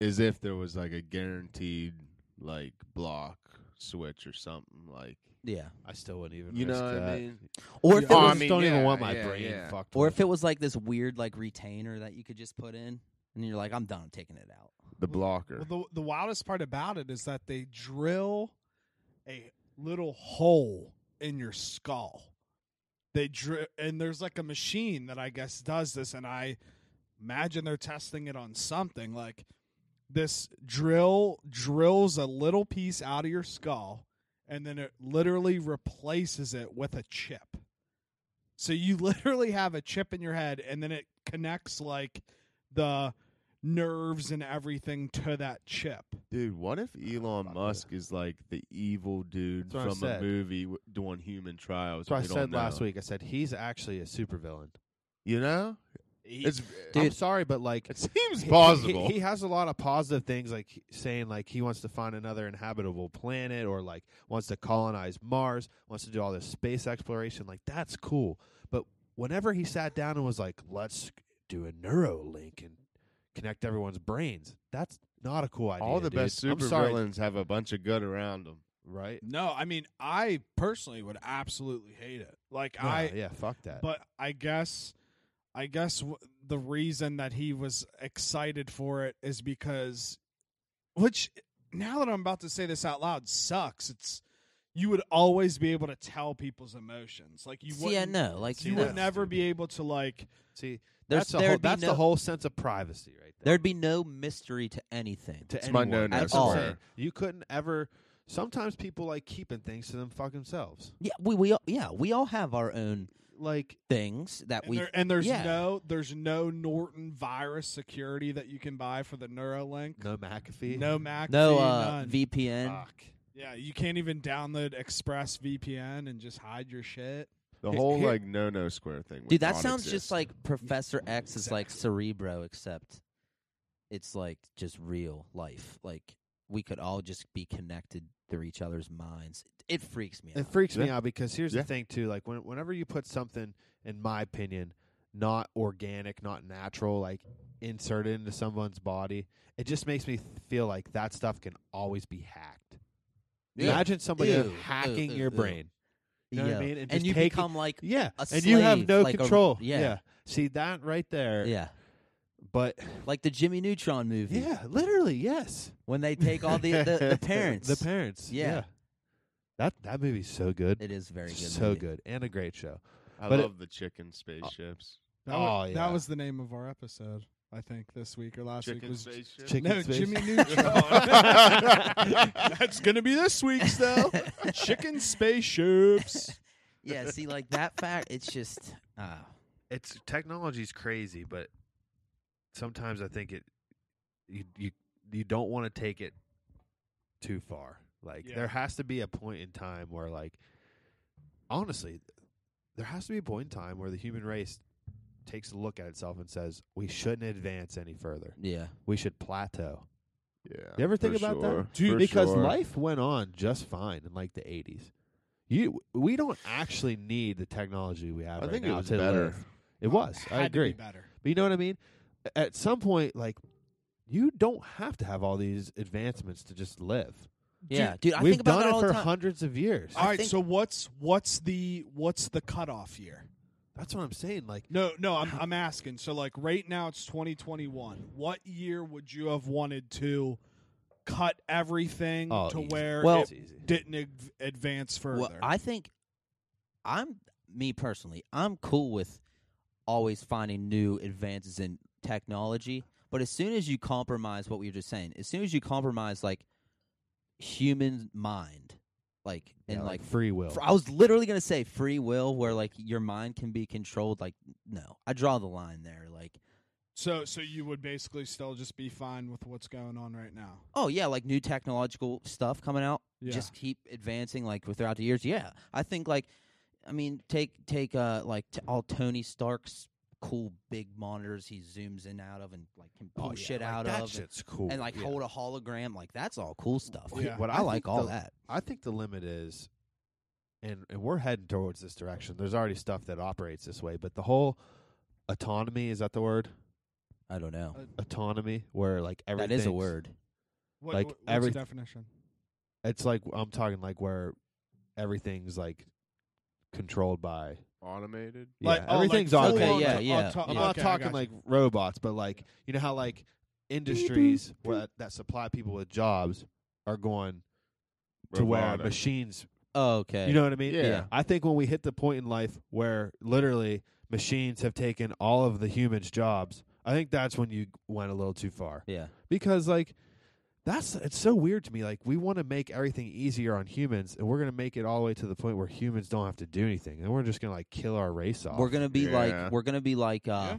is if there was like a guaranteed like block switch or something like Yeah. I still wouldn't even. you know risk what that. I mean? Or I if Oh, it I was, mean, don't even yeah, want my yeah, brain yeah. fucked. or with if it was like this weird like retainer that you could just put in, and you're like, I'm done taking it out. The blocker. Well, the the wildest part about it is that they drill a little hole in your skull. They drill, and there's like a machine that I guess does this, and I imagine they're testing it on something like this drill drills a little piece out of your skull and then it literally replaces it with a chip. So you literally have a chip in your head and then it connects like the nerves and everything to that chip. Dude, what if Elon fuck Musk is like the evil dude That's what I from a said. movie w- doing human trials? That's what I and we don't said last know? week. I said he's actually a supervillain. You know, it's I'm Dude. sorry, but like it seems he- he- plausible. He, has a lot of positive things, like saying like he wants to find another inhabitable planet, or like wants to colonize Mars, wants to do all this space exploration. Like that's cool. But whenever he sat down and was like, "Let's do a Neuralink and connect everyone's brains," that's not a cool idea. All the dude. best I'm sorry, supervillains have a bunch of good around them. right? No, I mean I personally would absolutely hate it. Like Nah, I yeah, fuck that. but I guess I guess w- the reason that he was excited for it is because which now that I'm about to say this out loud sucks. It's you would always be able to tell people's emotions. Like you See, yeah, wouldn't no, like you no. would never be able to like See, There's- that's the there'd whole, be that's no- the whole sense of privacy, right there. There'd be no mystery to anything. to It's my anyone. no-no That's what I'm square. saying. You couldn't ever. Sometimes people like keeping things to them fuck themselves. yeah, we we all, yeah we all have our own Like things that and, we there, and there's yeah. no there's no Norton virus security that you can buy for the Neuralink. no McAfee, No Mac. no uh, none. Ah, VPN. Fuck. yeah, you can't even download Express VPN and just hide your shit. The Here- whole here- like no no square thing. would Dude, that not sounds exist. just like Professor X is like Cerebro, except it's like just real life. Like we could all just be connected through each other's minds. It freaks me It out. freaks me Yeah. out because here's Yeah. the thing too. Like when, whenever you put something, in my opinion, not organic, not natural, like inserted into someone's body, it just makes me feel like that stuff can always be hacked. Yeah. Imagine somebody Ew, hacking ew, your ew. brain. You know what I Yeah. mean? And and just you taking- become like Yeah, a and you have slave, no like a- control. yeah. see that right there. yeah, but like the Jimmy Neutron movie yeah, literally, yes. when they take all the the, the parents. The parents. Yeah. Yeah. That that movie's so good. It is very good. so movie. good and a great show. I but it- Uh, love the chicken spaceships. That, wa- Oh, yeah. that was the name of our episode, I think, this week or last week Chicken was spaceship. Chicken no space. Jimmy Neutron. That's gonna be this week's though. Chicken spaceships. yeah, see, like that fact, it's just uh, it's technology's crazy, but sometimes I think it you you you don't want to take it too far. Like Yeah. there has to be a point in time where like honestly, there has to be a point in time where the human race takes a look at itself and says, "We shouldn't advance any further. yeah. We should plateau." Yeah. You ever think Uh, for about sure, that? Dude, for because sure. life went on just fine in like the 80s. You we don't actually need the technology we have I right think it now was to better. live. It was. I Had to be agree. better. But you know what I mean? A- At some point, like you don't have to have all these advancements to just live. Yeah, dude, I We've think about done that it all for the time. hundreds of years. All right, think- so what's what's the what's the cutoff year? That's what I'm saying. Like No, no, I'm Uh-huh. I'm asking. So like right now it's 2021. What year would you have wanted to cut everything oh, to easy. where Well- it It's easy. didn't ad- advance further? Well, I think I'm me personally. I'm cool with always finding new advances in technology, but as soon as you compromise what we were just saying, as soon as you compromise like human mind, like Yeah, and like, free will. fr- I was literally gonna say free will, where like your mind can be controlled. Like, no, I draw the line there. Like, so so you would basically still just be fine with what's going on right now. oh yeah, like new technological stuff coming out. Yeah. just keep advancing like throughout the years. Yeah, I think like, I mean, take take uh like t- all Tony Stark's cool big monitors he zooms in out of and like can pull oh, yeah, shit like, out that of and- shit's cool. and like Yeah. hold a hologram. Like that's all cool stuff. Yeah. What I, like think all the- that. I think the limit is, and and we're heading towards this direction. There's already stuff that operates this way, but the whole autonomy is that the word I don't know. Uh, autonomy, where like everything That is a word. What, Like, what- what's every- the definition? It's like I'm talking like where everything's like controlled by. Automated. Yeah, Like, oh, like everything's full on- automated. Okay, yeah, auto- yeah, auto- I'm yeah. not okay, I talking gotcha. like robots, but like you know how like industries where that supply people with jobs are going to where Robotic. machines. Oh, okay. You know what I mean? Yeah. Yeah. I think when we hit the point in life where literally machines have taken all of the humans' jobs, I think that's when you went a little too far. yeah. Because like that's it's so weird to me. Like we want to make everything easier on humans and we're gonna make it all the way to the point where humans don't have to do anything. And we're just gonna like kill our race off. We're gonna be Yeah. like we're gonna be like uh, Yeah.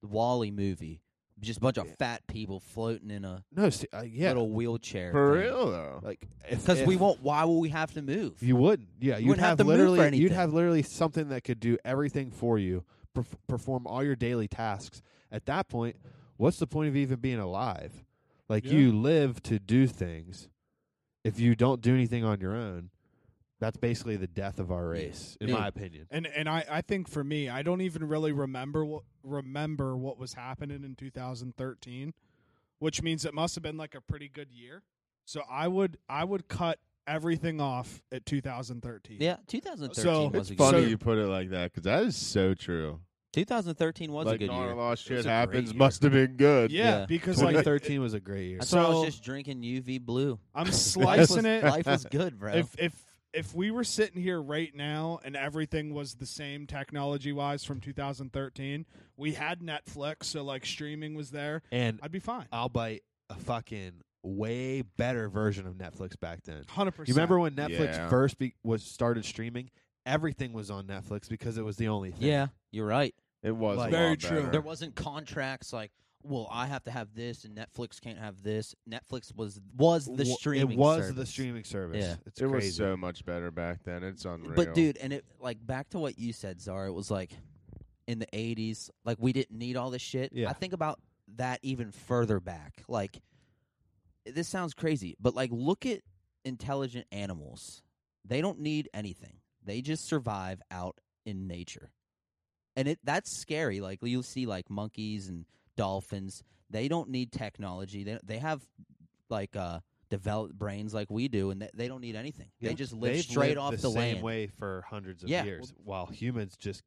the Wally movie. Just a bunch of Yeah. fat people floating in a no, see, uh, yeah, little wheelchair. For real though. like if Because we if- won't. Why will we have to move? You wouldn't. Yeah, You you'd wouldn't have to move for literally anything. you'd have literally something that could do everything for you, perf- perform all your daily tasks. At that point, what's the point of even being alive? Like Yeah. you live to do things. If you don't do anything on your own, that's basically the death of our Yeah. race, in Yeah. my opinion. And and I, I think for me, I don't even really remember what remember what was happening in 2013, which means it must have been like a pretty good year. So I would I would cut everything off at 2013. Yeah, 2013 So- was it's a good funny So- year. you put it like that because that is so true. 2013 was like a good not year. a lot of shit was a great happens. year. Must have been good. Yeah, Yeah. because like 2013 was a great year. I thought I was So- just drinking UV blue. I'm Life was, slicing it. life was good, bro. If if if we were sitting here right now and everything was the same technology wise from 2013, we had Netflix, so like streaming was there. And I'd be fine. Uh, I'll bite a fucking way better version of Netflix back then. 100%. You remember when Netflix Yeah. first be- was started streaming? Everything was on Netflix because it was the only thing. yeah, you're right. It was Like- a lot Very true. better. There wasn't contracts like, well, I have to have this and Netflix can't have this. Netflix was was the Wa- streaming. It was the service. streaming service. Yeah. It's It crazy. was so much better back then. It's unreal. But dude, and it like back to what you said, Zara. It was like in the 80s, like we didn't need all this shit. Yeah. I think about that even further back. Like this sounds crazy, but like look at intelligent animals. They don't need anything. They just survive out in nature. And it that's scary. Like you'll see like monkeys and dolphins. They don't need technology. They they have like uh developed brains like we do and they, they don't need anything. Yeah. They just live They've straight lived off the, the, same land. way for hundreds of Yeah. years, while humans just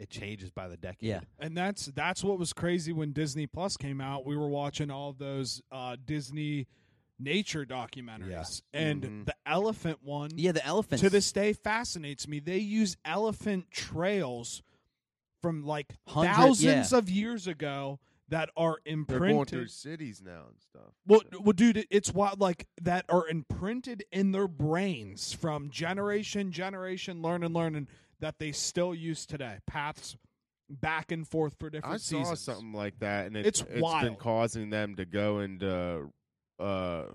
it changes by the decade. Yeah. And that's that's what was crazy when Disney Plus came out. We were watching all those uh, Disney nature documentaries, and Mhm. the elephant one Yeah, the elephants. to this day fascinates me. They use elephant trails from like Hundred- thousands of years ago that are They're imprinted. going through cities now and stuff. Well, well, dude, it's wild. Like that are imprinted in their brains from generation generation, learning, learning that they still use today. Paths back and forth for different I saw seasons. something like that, and it, It's it's been wild. causing them to go into uh,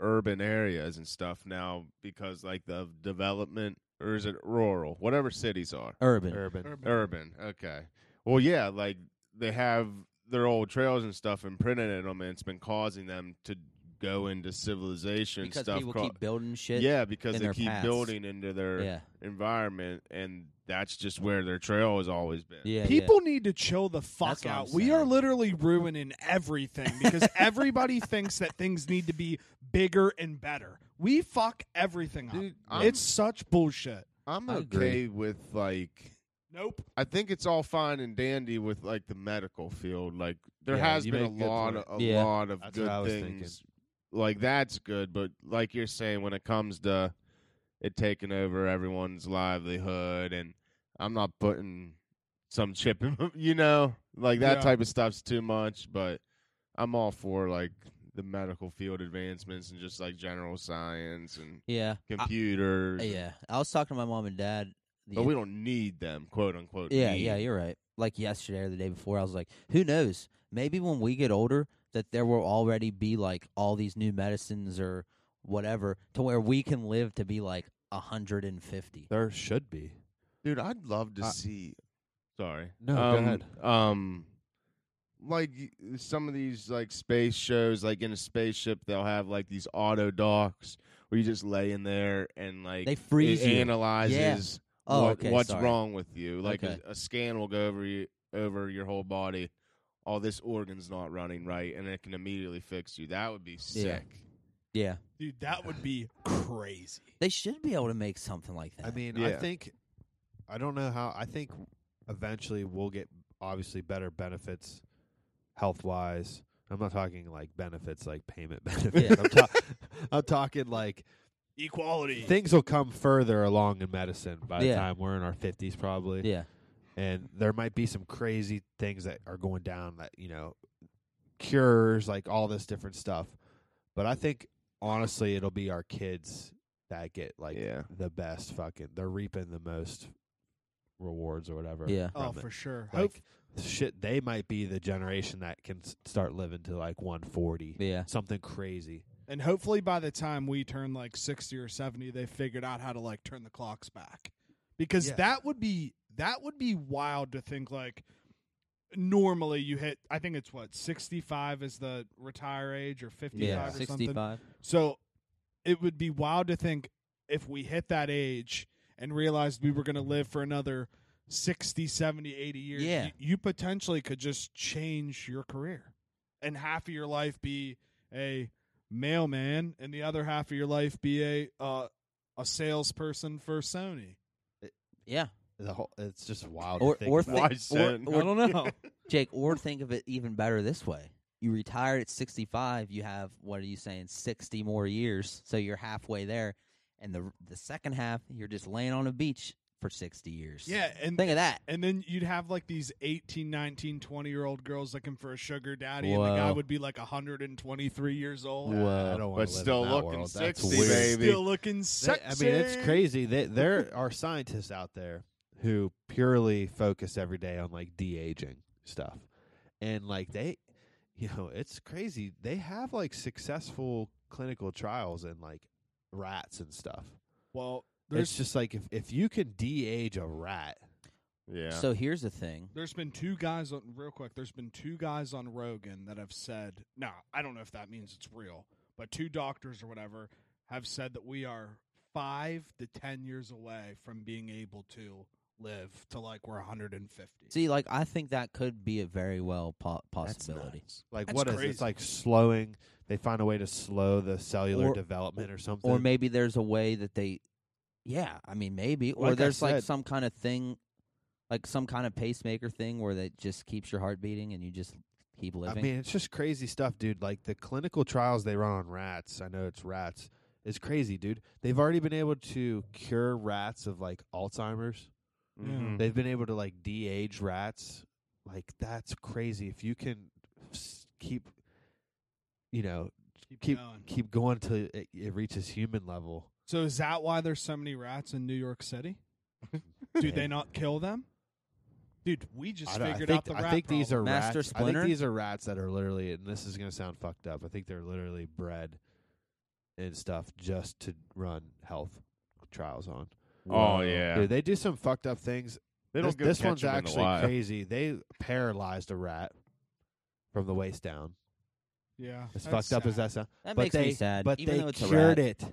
urban areas and stuff now because like the development or is it rural? Whatever cities are Urban. Urban. urban. Okay. Well, yeah, like they have their old trails and stuff imprinted in them, and it's been causing them to go into civilization because stuff. people cro- keep building shit. yeah, because in they their keep paths. building into their yeah, environment, and that's just where their trail has always been. yeah. People need to chill the fuck That's what I'm out. We are saying. literally ruining everything because everybody thinks that things need to be bigger and better. We fuck everything up. Dude, I'm, it's such bullshit. I'm I agree. okay with like Nope. I think it's all fine and dandy with like the medical field. Like there Yeah, has you been a make good lot, point. of, a Yeah. lot of That's what I good was thinking. things. Like that's good, but like you're saying, when it comes to it taking over everyone's livelihood, and I'm not putting some chip in, you know, like that Yeah. type of stuff's too much. But I'm all for like the medical field advancements and just like general science and Yeah. I- computers. and- yeah. I was talking to my mom and dad. The but we don't need them, quote unquote. Yeah, need. yeah, you're right. Like yesterday or the day before, I was like, who knows? Maybe when we get older, that there will already be like all these new medicines or whatever to where we can live to be like 150. There should be. Dude, I'd love to Uh, see. Sorry. No, go um, ahead. Um, like y- uh, some of these like space shows, like in a spaceship, they'll have like these auto docs where you just lay in there and like They freeze it you. Yeah. analyzes Oh, uh, what, okay, what's sorry. wrong with you. Like Okay. a, a scan will go over you over your whole body. All this organ's not running right, and it can immediately fix you. That would be sick. Yeah. Dude, that would be crazy. They should be able to make something like that. I mean, I Yeah. think I don't know how. I think eventually we'll get obviously better benefits health wise. I'm not talking like benefits like payment benefits. I'm, ta- I'm talking like Equality. things will come further along in medicine by Yeah. the time we're in our 50s probably. yeah. and there might be some crazy things that are going down that you know cures like all this different stuff but i think honestly it'll be our kids that get like Yeah. the best fucking they're reaping the most rewards or whatever Yeah. oh, from it. for sure. Hope- like shit they might be the generation that can s- start living to like 140 Yeah. something crazy and hopefully by the time we turn like 60 or 70, they figured out how to like turn the clocks back. Because Yeah. that would be that would be wild to think like normally you hit I think it's what 65 is the retire age or 55 Yeah. or something. 65. So it would be wild to think if we hit that age and realized we were going to live for another 60, 70, 80 years, Yeah. you, you potentially could just change your career and half of your life be a mailman and the other half of your life be a uh, a salesperson for Sony. Yeah. the whole it's just wild Or, to think or, about. think- Why, or- son? or- I don't know. Jake, or think of it even better this way. You retire at 65, you have, what are you saying, 60 more years. So you're halfway there. And the the second half, you're just laying on a beach for 60 years. yeah, and Think of that. and then you'd have like these 18, 19, 20 year old girls looking for a sugar daddy and Whoa. the guy would be like 123 years old. Uh, Nah, I don't wanna But live in still that looking world. That's 60, weird. baby. Still looking They- sexy. I mean, it's crazy. That there are scientists out there who purely focus every day on like de aging stuff, and like they, you know, it's crazy. They have like successful clinical trials in like rats and stuff. Well, there's it's just like if if you can de age a rat, Yeah. So here's the thing. there's been two guys on real quick. There's been two guys on Rogan that have said, "No, I don't know if that means it's real, but two doctors or whatever have said that we are five to ten years away from being able to live to like we're 150." See, like, I think that could be a very well po- possibility. like That's what is it? crazy. it's like slowing. They find a way to slow the cellular Or- development or something. Or maybe there's a way that they, yeah, I mean, maybe. or Like I there's like said- some kind of thing, like some kind of pacemaker thing where that just keeps your heart beating and you just keep living. I mean, it's just crazy stuff, dude. Like the clinical trials they run on rats. I know it's rats. It's crazy, dude. They've already been able to cure rats of like Alzheimer's. Yeah. Mhm. They've been able to like de-age rats. Like that's crazy. If you can s- keep, you know, Keep keep going. keep going till it, it reaches human level. So is that why there's so many rats in New York City? Do they Yeah. not kill them? Dude, we just don't- figured think, out the rat I think these problem. are Master rats. I Splinter? think these are rats that are literally, and this is going to sound fucked up. I think they're literally bred and stuff just to run health trials on. Oh yeah, Dude, they do some fucked up things. they this don't. go this catch one's 'em in the actually wild. crazy. They paralyzed a rat from the waist down. yeah. As that's fucked up as sad. that sound, That but makes they me sad. but even they though it's cured a rat. it.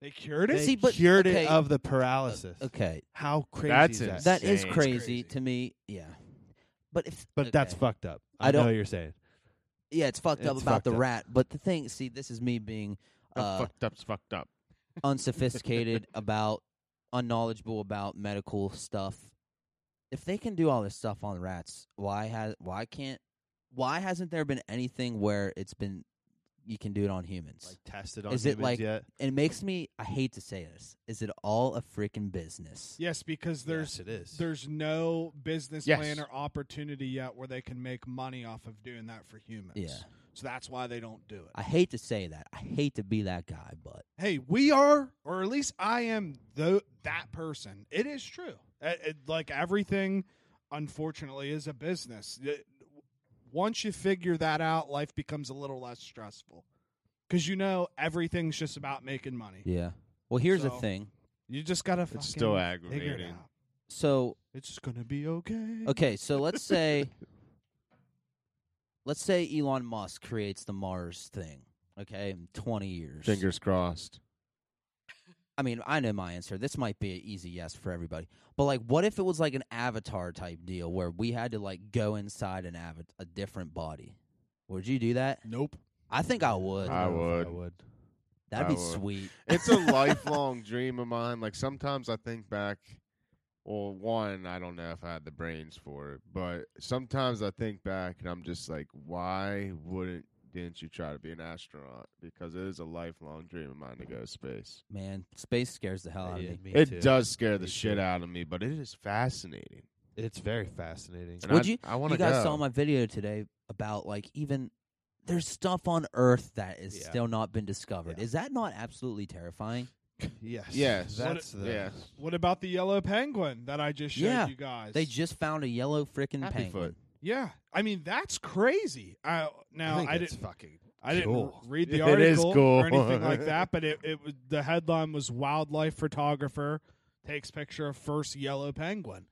They cured it. They See, but- cured okay. it of the paralysis. Okay, How crazy That's is that? that is Insane. crazy, It's crazy. to me. Yeah, but if but that's okay. fucked up. I I, know don't- what you're saying. yeah, it's fucked up It's about fucked the up. rat. But the thing, see, this is me being Oh, uh, fucked up's fucked up. unsophisticated about, unknowledgeable about medical stuff. If they can do all this stuff on rats, why has why can't why hasn't there been anything where it's been you can do it on humans? Like tested on Is it humans like- yet? and it makes me I hate to say this. Is it all a freaking business? yes, because there's yes, it is. there's no business Yes. plan or opportunity yet where they can make money off of doing that for humans. Yeah. So that's why they don't do it. I hate to say that. I hate to be that guy, but hey, we are, or at least I am, the that person. It is true. Uh, it- like everything, unfortunately, is a business. Y- Once you figure that out, life becomes a little less stressful because you know everything's just about making money. yeah. Well, here's the So- thing. You just gotta. fucking It's still figure it aggravating. out. So It's gonna be okay. okay, so let's say, let's say Elon Musk creates the Mars thing. Okay, in 20 years. Fingers crossed. I mean, I know my answer. This might be an easy yes for everybody. But like, what if it was like an avatar type deal where we had to like go inside an avatar, a different body? Would you do that? Nope. I think I would. I don't know if would. I would. That'd I be would. sweet. It's a lifelong dream of mine. Like sometimes I think back. Well, one, I don't know if I had the brains for it, but sometimes I think back and I'm just like, why wouldn't didn't you try to be an astronaut? Because it is a lifelong dream of mine to go to space. Man, space scares the hell Uh, out Yeah, of me. me it too. does scare the Me shit too. out of me, but it is fascinating. It's very fascinating. And Would I, I want You to guys go. saw my video today about like even there's stuff on Earth that is Yeah. still not been discovered. Yeah. Is that not absolutely terrifying? Yes. Yes. That's What- the. yes. What about the yellow penguin that I just showed Yeah. you guys? They just found a yellow frickin' Happy penguin. foot. yeah. I mean, that's crazy. I, I now think I, it's didn't. fucking. I didn't cool. read the It is article cool. or anything like that, but it, it was the headline was wildlife photographer takes picture of first yellow penguin.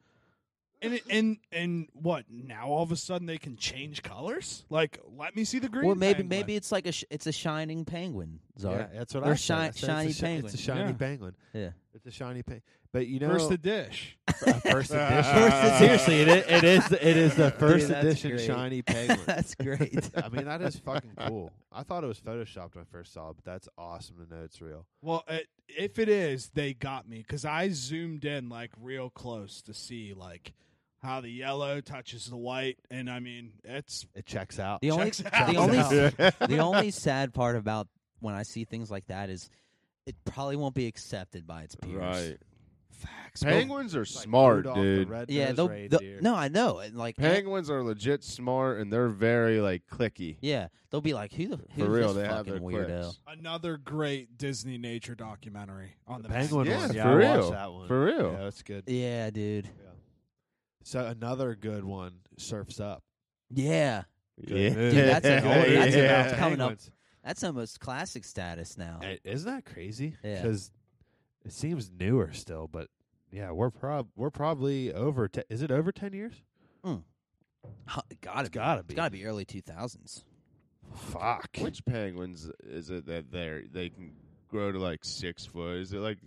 And it, and and what now? All of a sudden they can change colors. Like, let me see the green. Well, maybe penguin. maybe it's like a sh- it's a shining penguin. Yeah, Zark. that's what They're I said. I shi- said shiny it's a, shi- penguin. It's a shiny Yeah. penguin. Yeah. It's a shiny penguin. But you know, first the dish. a first edition. First edition. Seriously, it is, it is. the- It is the first that's edition great. shiny penguin. That's great. I mean, that is fucking cool. I thought it was photoshopped when I first saw it, but that's awesome to know it's real. Well, it, if it is, they got me because I zoomed in like real close to see like how the yellow touches the white, and I mean it's It checks out. The only Checks out. the only Checks the only sad part about when I see things like that is it probably won't be accepted by its peers. Right. facts. but Penguins are It's like smart, Rudolph the dude. Yeah, Red-Nosed they'll- they'll- Reindeer. no, I know. And like Penguins are legit smart and they're very like clicky. yeah, they'll be like who the who's For real, this they have fucking their weirdo. quirks. Another great Disney nature documentary on the, The penguin Yeah, one. Yeah, for I watched real. that one. For real. Yeah, it's good. Yeah, dude. So another good one surfs up. Yeah. Yeah, Dude, that's a- oh, that's a- Yeah. that's coming up. That's almost classic status now. Hey, isn't that crazy? Yeah. Because it seems newer still, but yeah, we're prob we're probably over. Te- is it over ten years? Huh, gotta It's gotta It's be. gotta be early two thousands. Fuck. Which penguins is it that they they can grow to like six foot? Is it like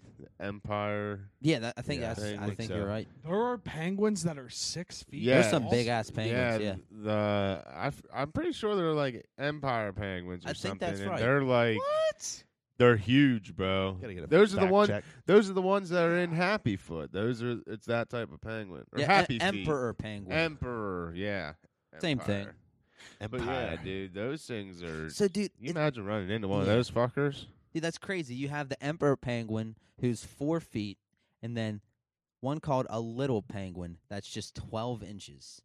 Empire? Yeah, that, I think Yeah, I that's, I think, think so. you're right. There are penguins that are six feet. Yeah. There's some tall. big ass penguins. Yeah, th- the I f- I'm pretty sure they're like Empire penguins or I something. think that's and right. They're like What? they're huge, bro. Gotta get a Those are the fact ones. check. Those are the ones that are in Happy Foot. Those are it's that type of penguin or yeah Happy em- Feet. emperor penguin. Emperor, yeah. Same thing. Empire. But Empire. yeah, dude, those things are. so, dude, you it- imagine running into one Yeah. of those fuckers? dude, that's crazy. You have the emperor penguin who's four feet, and then One called a little penguin that's just 12 inches.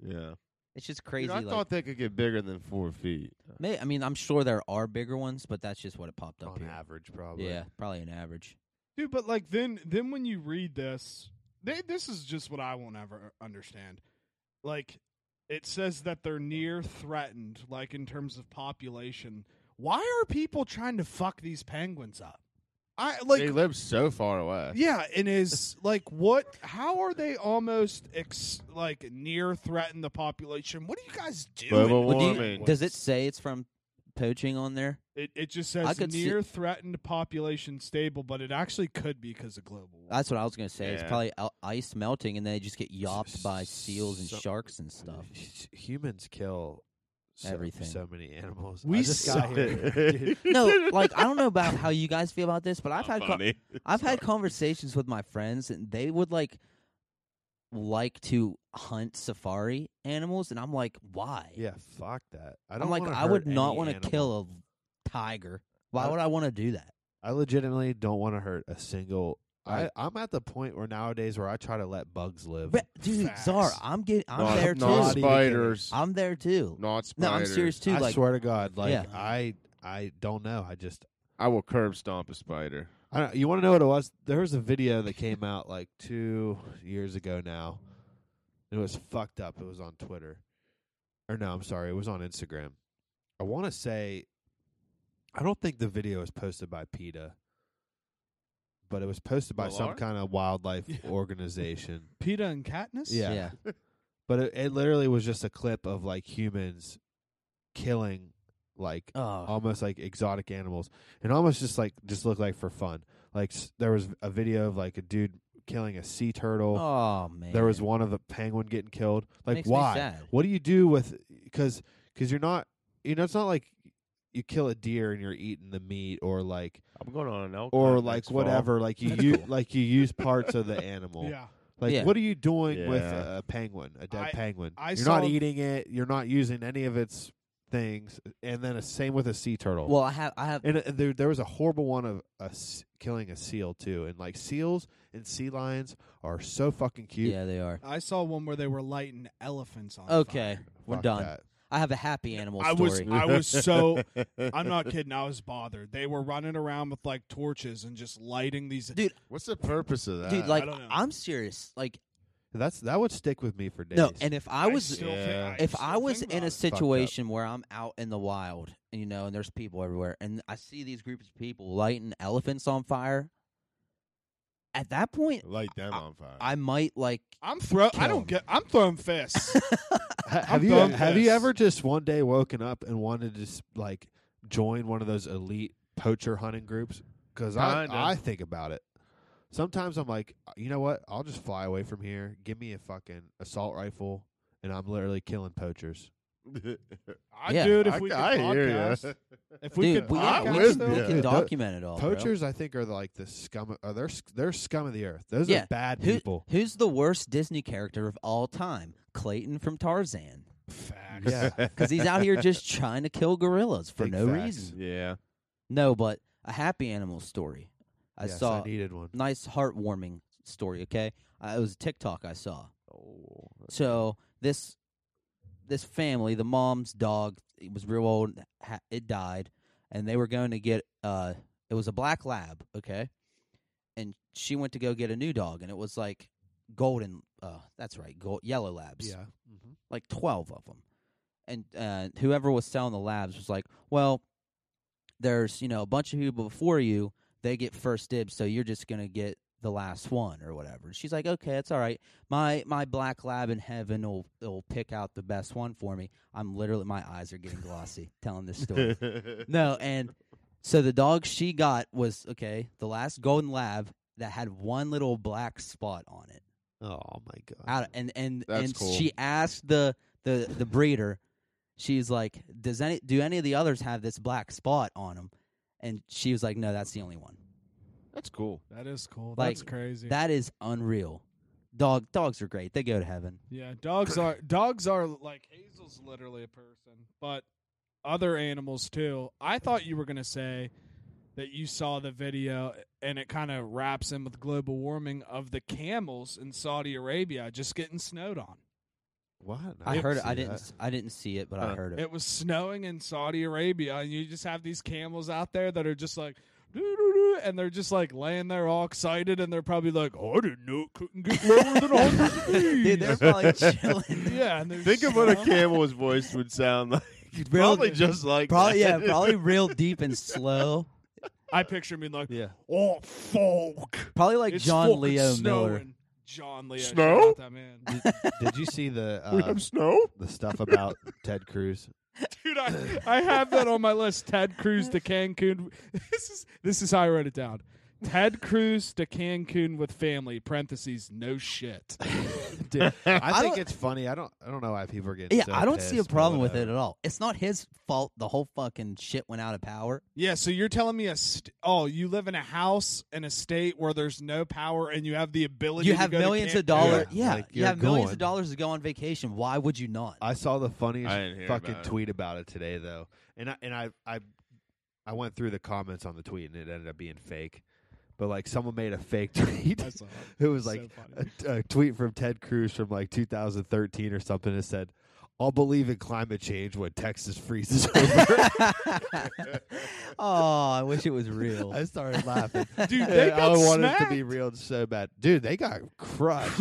Yeah. It's just crazy. Dude, I like, thought they could get bigger than four feet. may, I mean, I'm sure there are bigger ones, but that's just what it popped up on here. average, probably. Yeah, probably an average. Dude, but like then then when you read this, they, this is just what I won't ever understand. Like it says that they're near threatened like in terms of population. Why are people trying to fuck these penguins up? I they like live so far away. yeah, and is like what how are they almost ex, like near threaten the population? What are you guys doing? Global Well, do you- warming. does it say it's from poaching on there? It it just I says could see- near threatened population stable, but it actually could be because of global warming. That's what I was gonna say. It's Yeah. probably el- ice melting, and then they just get yopped by seals and So- sharks and stuff. Humans kill so, Everything. so many animals. We I just got suck. here. dude. No, like I don't know about how you guys feel about this, but I've had co- Funny. I've had conversations with my friends, and they would like like to hunt safari animals, and I'm like, why? Yeah, fuck that. I don't I'm like, wanna I hurt would not any want to animal. kill a tiger. Why I- would I want to do that? I legitimately don't want to hurt a single. Right. I, I'm at the point where nowadays where I try to let bugs live. Re- Dude, Facts. Czar, I'm getting, I'm not, there not too. even spiders. I'm there too. Not spiders. No, I'm serious too. I like, swear to God, like Yeah. I, I don't know. I just, I will curb stomp a spider. I don't. You want to know what it was? There was a video that came out like two years ago now. It was fucked up. It was on Twitter, or no, I'm sorry, it was on Instagram. I want to say, I don't think the video was posted by PETA, but it was posted by Well, some are? kind of wildlife Yeah. organization. PETA and Katniss? Yeah. yeah, But it, it literally was just a clip of like humans killing like oh, almost like exotic animals and almost just like just look like for fun. Like s- there was a video of like a dude killing a sea turtle. oh man. there was one of a penguin getting killed. Like Makes me why? sad. What do you do with cuz cuz you're not you know it's not like you kill a deer and you're eating the meat or like I'm going on an elk. or hunt next like fall. whatever like you That's u- cool. like you use parts of the animal. Yeah. Like, Yeah. what are you doing with Yeah. a, a penguin, a dead I- penguin? I you're saw- not eating it. You're not using any of its things. And then the same with a sea turtle. Well, I have, I have. and uh, there, there was a horrible one of us killing a seal too. And like seals and sea lions are so fucking cute. Yeah, they are. I saw one where they were lighting elephants on Okay, fire. we're Fuck done. that. I have a happy animal I was story. I was so I'm not kidding, I was bothered. They were running around with like torches and just lighting these Dude, What's the purpose of that? Dude, like don't know. I'm serious. Like That's that would stick with me for days. no, and if I was still thi- Yeah. if still I was think in about a up. it. situation where I'm out in the wild, you know, and there's people everywhere, and I see these groups of people lighting elephants on fire, at that point, light them I- on fire. I might like. I'm throw I Kill don't 'em. get I'm throwing fists. Ha- have you e-, done have this. you ever just one day woken up and wanted to just, like join one of those elite poacher hunting groups? Because I Kinda. I think about it. Sometimes I'm like, "Uh, you know what? I'll just fly away from here. Give me a fucking assault rifle, and I'm literally killing poachers. I Yeah. dude, if we could I, I hear podcast, ya. if we dude, could we, I we podcast would, can- we though, yeah. can Dude, tho- document it all. Oh, bro. poachers, I think, are like the scum. Of, are they're sc- they're scum of the earth. Those Yeah. are bad Who- people. Who's the worst Disney character of all time? Clayton from Tarzan, facts. Yeah. because he's out here just trying to kill gorillas for Big no facts. reason. yeah. No, but a happy animal story. I yes, saw I needed one. nice heartwarming story. Okay, uh, it was a TikTok I saw. Oh, So this this family, the mom's dog, it was real old. Ha- it died, and they were going to get. Uh, it was a black lab. Okay, and she went to go get a new dog, and it was like golden. Uh, that's right, gold, yellow labs yeah. hmm like 12 of them. And uh, whoever was selling the labs was like, well, there's, you know, a bunch of people before you. They get first dibs, so you're just going to get the last one or whatever. She's like, okay, that's all right. My my black lab in heaven will, will pick out the best one for me. I'm literally, my eyes are getting glossy telling this story no, and so the dog she got was, okay, the last golden lab that had one little black spot on it Oh my god. out and and That's and cool. she asked the the the breeder she's like does any do any of the others have this black spot on them and she was like no that's the only one That's cool. That is cool. Like, That's crazy. that is unreal dog dogs are great they go to heaven yeah, dogs are dogs are like Hazel's literally a person, but other animals too. I thought you were gonna say that you saw the video and it kind of wraps in with global warming of the camels in Saudi Arabia just getting snowed on. What? I didn't heard it. see I didn't. that. s- I didn't see it, but I Huh. heard it. It was snowing in Saudi Arabia, and you just have these camels out there that are just like, doo-doo-doo, and they're just like laying there all excited, and they're probably like, I didn't know it couldn't get lower than 100 degrees. Dude, they're probably chilling. yeah, and they're Think of what a snowing. camel's voice would sound like. Real- probably just like Probably yeah. that. Probably real deep and slow. I picture me like, Yeah. oh, folk. Probably like It's John fucking Leo Miller. snowing. John Leo. Snow? shout out That man. Did, did you see the um, uh, snow. the stuff about Ted Cruz? Dude, I, I have that on my list. Ted Cruz to Cancun. This is this is how I wrote it down. Ted Cruz to Cancun with family. Parentheses. No shit. Dude, I think don't- it's funny. I don't. I don't know why people are getting. Yeah, so I don't see a pissed, but uh, problem with it whatever. at all. It's not his fault. The whole fucking shit went out of power. Yeah. So you're telling me a st- oh you live in a house in a state where there's no power and you have the ability. You to have go to millions of Cancun? dollars. Yeah, Yeah, like, you you're have millions going. of dollars to go on vacation. Why would you not? I saw the I didn't funniest hear fucking about it. tweet about it today though, and I and I I I went through the comments on the tweet and it ended up being fake. But like someone made a fake tweet. I saw it. it was So like funny. a, a tweet from Ted Cruz from like 2013 or something that said, "I'll believe in climate change when Texas freezes over." oh, I wish it was real. I started laughing. Dude, And they I got wanted it to be smacked. real so bad. Dude, they got crushed.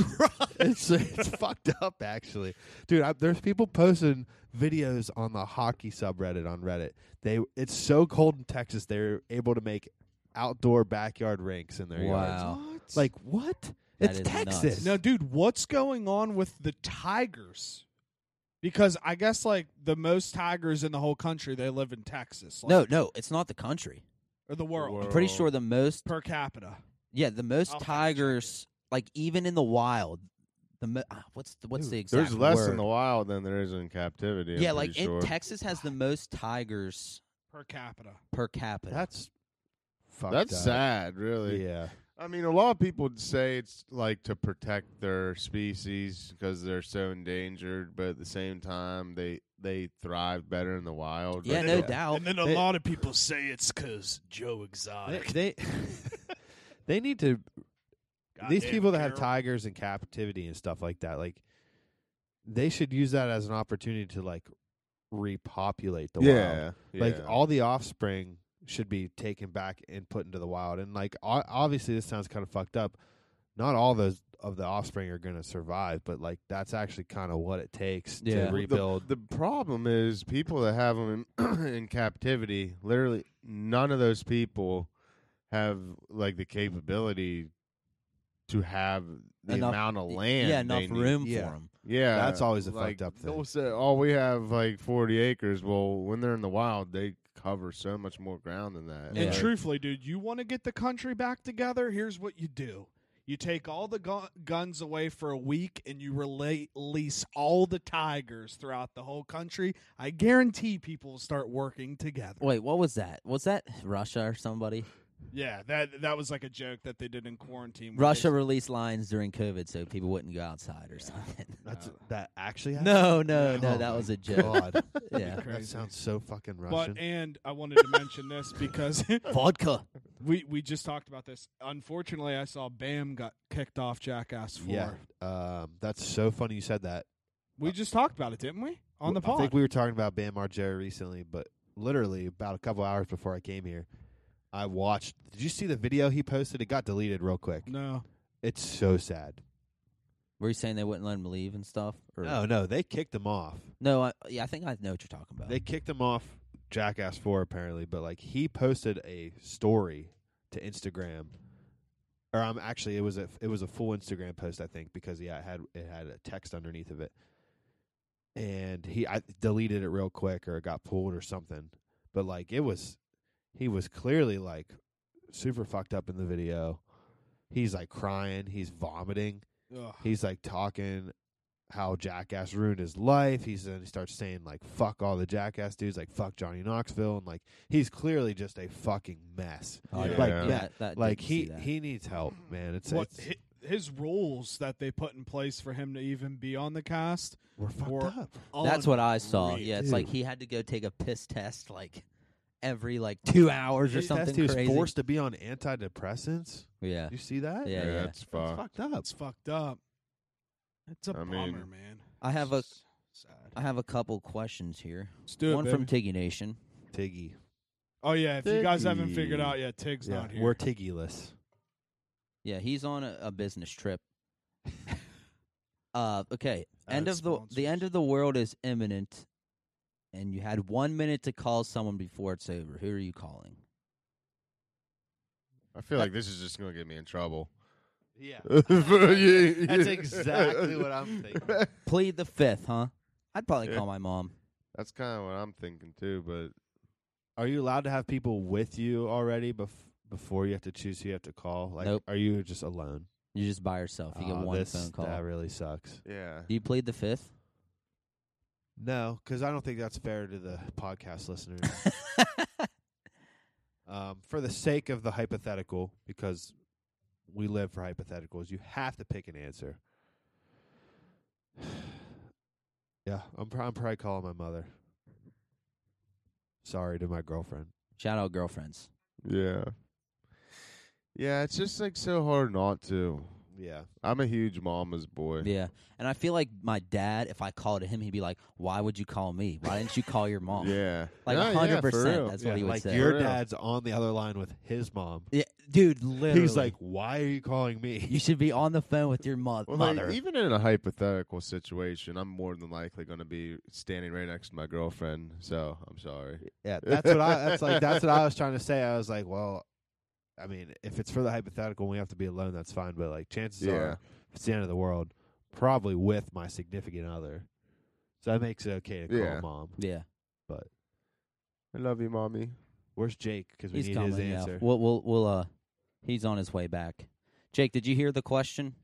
It's, it's fucked up, actually. Dude, I, there's people posting videos on the hockey subreddit on Reddit. They It's so cold in Texas, they're able to make outdoor backyard rinks in their yards. Wow. What? Like, what? That It's is nuts. Texas. No, dude, what's going on with the Tigers? Because I guess like the most Tigers in the whole country, they live in Texas. Like, no, no, it's not the country. or the world, I'm pretty sure the most, per capita. yeah, the most I'll fact check it. tigers, like even in the wild, the mo- ah, what's the, what's Dude, the exact There's less word? in the wild than there is in captivity. I'm yeah, like pretty sure. in Texas has the most tigers Per capita. per capita. That's fucked That's up. sad, really. Yeah. I mean, a lot of people would say it's like to protect their species because they're so endangered, but at the same time, they they thrive better in the wild. yeah, But no yeah. doubt. and then a they- lot of people say it's because Joe They Exotic. they, they need to these Goddamn people that have Carol. tigers in captivity and stuff like that, like they should use that as an opportunity to like repopulate the wild. yeah, yeah. Like all the offspring should be taken back and put into the wild. And like o- obviously this sounds kind of fucked up. Not all those of the offspring are going to survive, but like that's actually kind of what it takes Yeah. to The- rebuild. The problem is people that have them in, in captivity. Literally, none of those people have like the capability to have the Enough- amount of Y- land. yeah, they enough need. room Yeah. for them. Yeah, That's always a like, fucked up thing. they'll say, oh, we have like forty acres. Well, when they're in the wild, they cover so much more ground than that. And Yeah. truthfully, dude, you want to get the country back together? Here's what you do. You take all the gu- guns away for a week and you relate, release all the tigers throughout the whole country. I guarantee people will start working together. Wait, what was that? Was that Russia or somebody? Yeah, that that was like a joke that they did in quarantine. where Russia they- released lines during COVID so people wouldn't go outside or something. that's that actually happened? No, no, no, Oh that my was a joke. God. Yeah. That Crazy. sounds so fucking Russian. But and I wanted to mention this because Vodka. we we just talked about this. Unfortunately, I saw Bam got kicked off Jackass Four. yeah. Um, that's so funny you said that. We just talked about it, didn't we? On the I pod. think we were talking about Bam Margera recently, but literally about a couple hours before I came here, I watched. Did you see the video he posted? It got deleted real quick. no. It's so sad. Were you saying they wouldn't let him leave and stuff? Or? No, Oh, no, they kicked him off. No, I, yeah, I think I know what you're talking about. They kicked him off Jackass Four apparently, but like he posted a story to Instagram, or um, actually it was a it was a full Instagram post I think because yeah it had it had a text underneath of it, and he I deleted it real quick or it got pulled or something, but like it was he was clearly like super fucked up in the video. He's like crying, he's vomiting, Ugh. he's like talking how jackass ruined his life he's then he starts saying like fuck all the jackass dudes like fuck johnny knoxville and like he's clearly just a fucking mess Oh, Yeah. yeah, Like yeah, that- that, that like didn't see he that. he needs help man it's, what it's hi- his rules that they put in place for him to even be on the cast. Oh, we're fucked or- up That's what I saw. Unreal. Yeah, it's like Dude. he had to go take a piss test like every like two hours or His something test, he was crazy. forced to be on antidepressants. Yeah, You see that? Yeah, yeah. That's fucked. That's fucked up. It's fucked up. It's a I bummer, mean- man. I have a It's sad. I have a couple questions here. Let's do it, One from baby. Tiggy Nation. Tiggy. Oh yeah, if you guys haven't figured Tiggy. out yet, Tig's Yeah, not here. We're Tiggyless. Yeah, he's on a, a business trip. uh, okay. End Ad of the the end sponsors. of the world is imminent, and you had one minute to call someone before it's over. Who are you calling? I feel like this is just gonna get me in trouble. Yeah. That's That's exactly what I'm thinking. Plead the fifth, huh? I'd probably Yeah. call my mom. That's kind of what I'm thinking too. But Are you allowed to have people with you already bef- before you have to choose who you have to call? Like, Nope. are you just alone? You're just by yourself. You Oh, get one this- phone call. That really sucks. yeah, Do you plead the fifth? No, because I don't think that's fair to the podcast listeners. um, for the sake of the hypothetical, because we live for hypotheticals, you have to pick an answer. yeah, I'm, pr- I'm probably calling my mother. Sorry to my girlfriend. Shout out girlfriends. yeah, yeah. It's just like so hard not to. Yeah. I'm a huge mama's boy. Yeah. And I feel like my dad, if I called him, he'd be like, Why would you call me? Why didn't you call your mom? yeah. Like No, yeah, for 100%, real. that's- what he would like say. your For real. dad's on the other line with his mom. Yeah, dude, literally. He's like, "Why are you calling You me?" should be on the phone with your mo- Well, like, mother. even in a hypothetical situation, I'm more than likely going to be standing right next to my girlfriend. So I'm sorry. yeah, that's what I. That's like that's what I was trying to say. I was like, "Well, I mean, if it's for the hypothetical, and we have to be alone. That's fine, but like, chances Yeah. are, if it's the end of the world, probably with my significant other. So that makes it okay to call Yeah. mom. yeah. I love you, mommy. Where's Jake? Because we He's need coming. his yeah. answer. We'll, we'll, we'll, uh, he's on his way back. Jake, did you hear the question?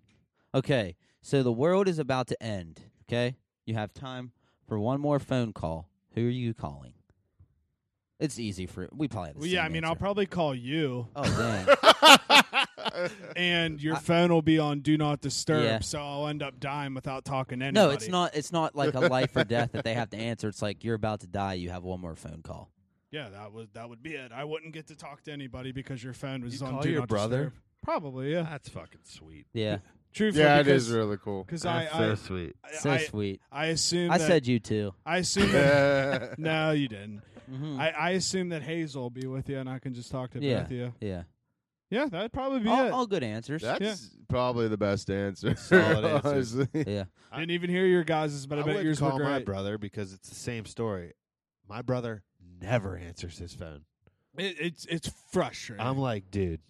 Okay, so the world is about to end. Okay, you have time for one more phone call. Who are you calling? It's easy for we probably. Have the Well, yeah, I same mean, I'll answer. probably call you, Oh dang! and your Uh, I- phone will be on do not disturb, Yeah. so I'll end up dying without talking to anybody. no, it's not. It's not like a life or death that they have to answer. It's like you're about to die. You have one more phone call. Yeah, that was that would be it. I wouldn't get to talk to anybody because your phone was You on call do your not brother? disturb. Probably, yeah. That's fucking sweet. Yeah, Truthfully, yeah, it because, is really cool. Because I, I, sweet. I, so I, sweet. I assume I that- said you too. I assume that Yeah. no, you didn't. hmm I, I assume that Hazel will be with you, and I can just talk to Yeah. both of you. yeah, Yeah, that'd probably be all, it. all good answers. That's probably the best answer. Solid answer. honestly. yeah, Didn't even hear your guys's, but I, I bet would yours were call my great. brother because it's the same story. My brother never answers his phone. It, it's it's frustrating. I'm like, dude.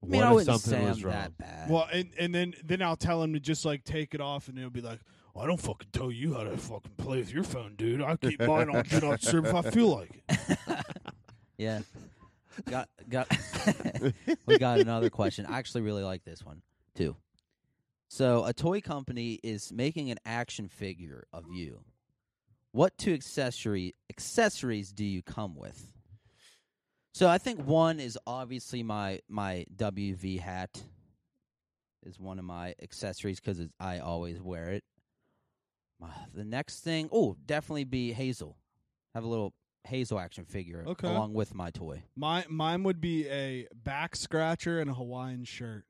I mean, what I if wouldn't something say was I'm wrong? that bad. well, and and then then I'll tell him to just like take it off, and he'll be like, "Well, "I don't fucking tell you how to fucking play with your phone, dude. I keep mine on do not disturb if I feel like it." Yeah. Got got we got another question. I actually really like this one too. So a toy company is making an action figure of you. What two accessory accessories do you come with? So I think one is obviously my my WV hat is one of my accessories because I always wear it. My, the next thing, oh, definitely be Hazel. Have a little Hazel action figure Okay. along with my toy. My mine would be a back scratcher and a Hawaiian shirt.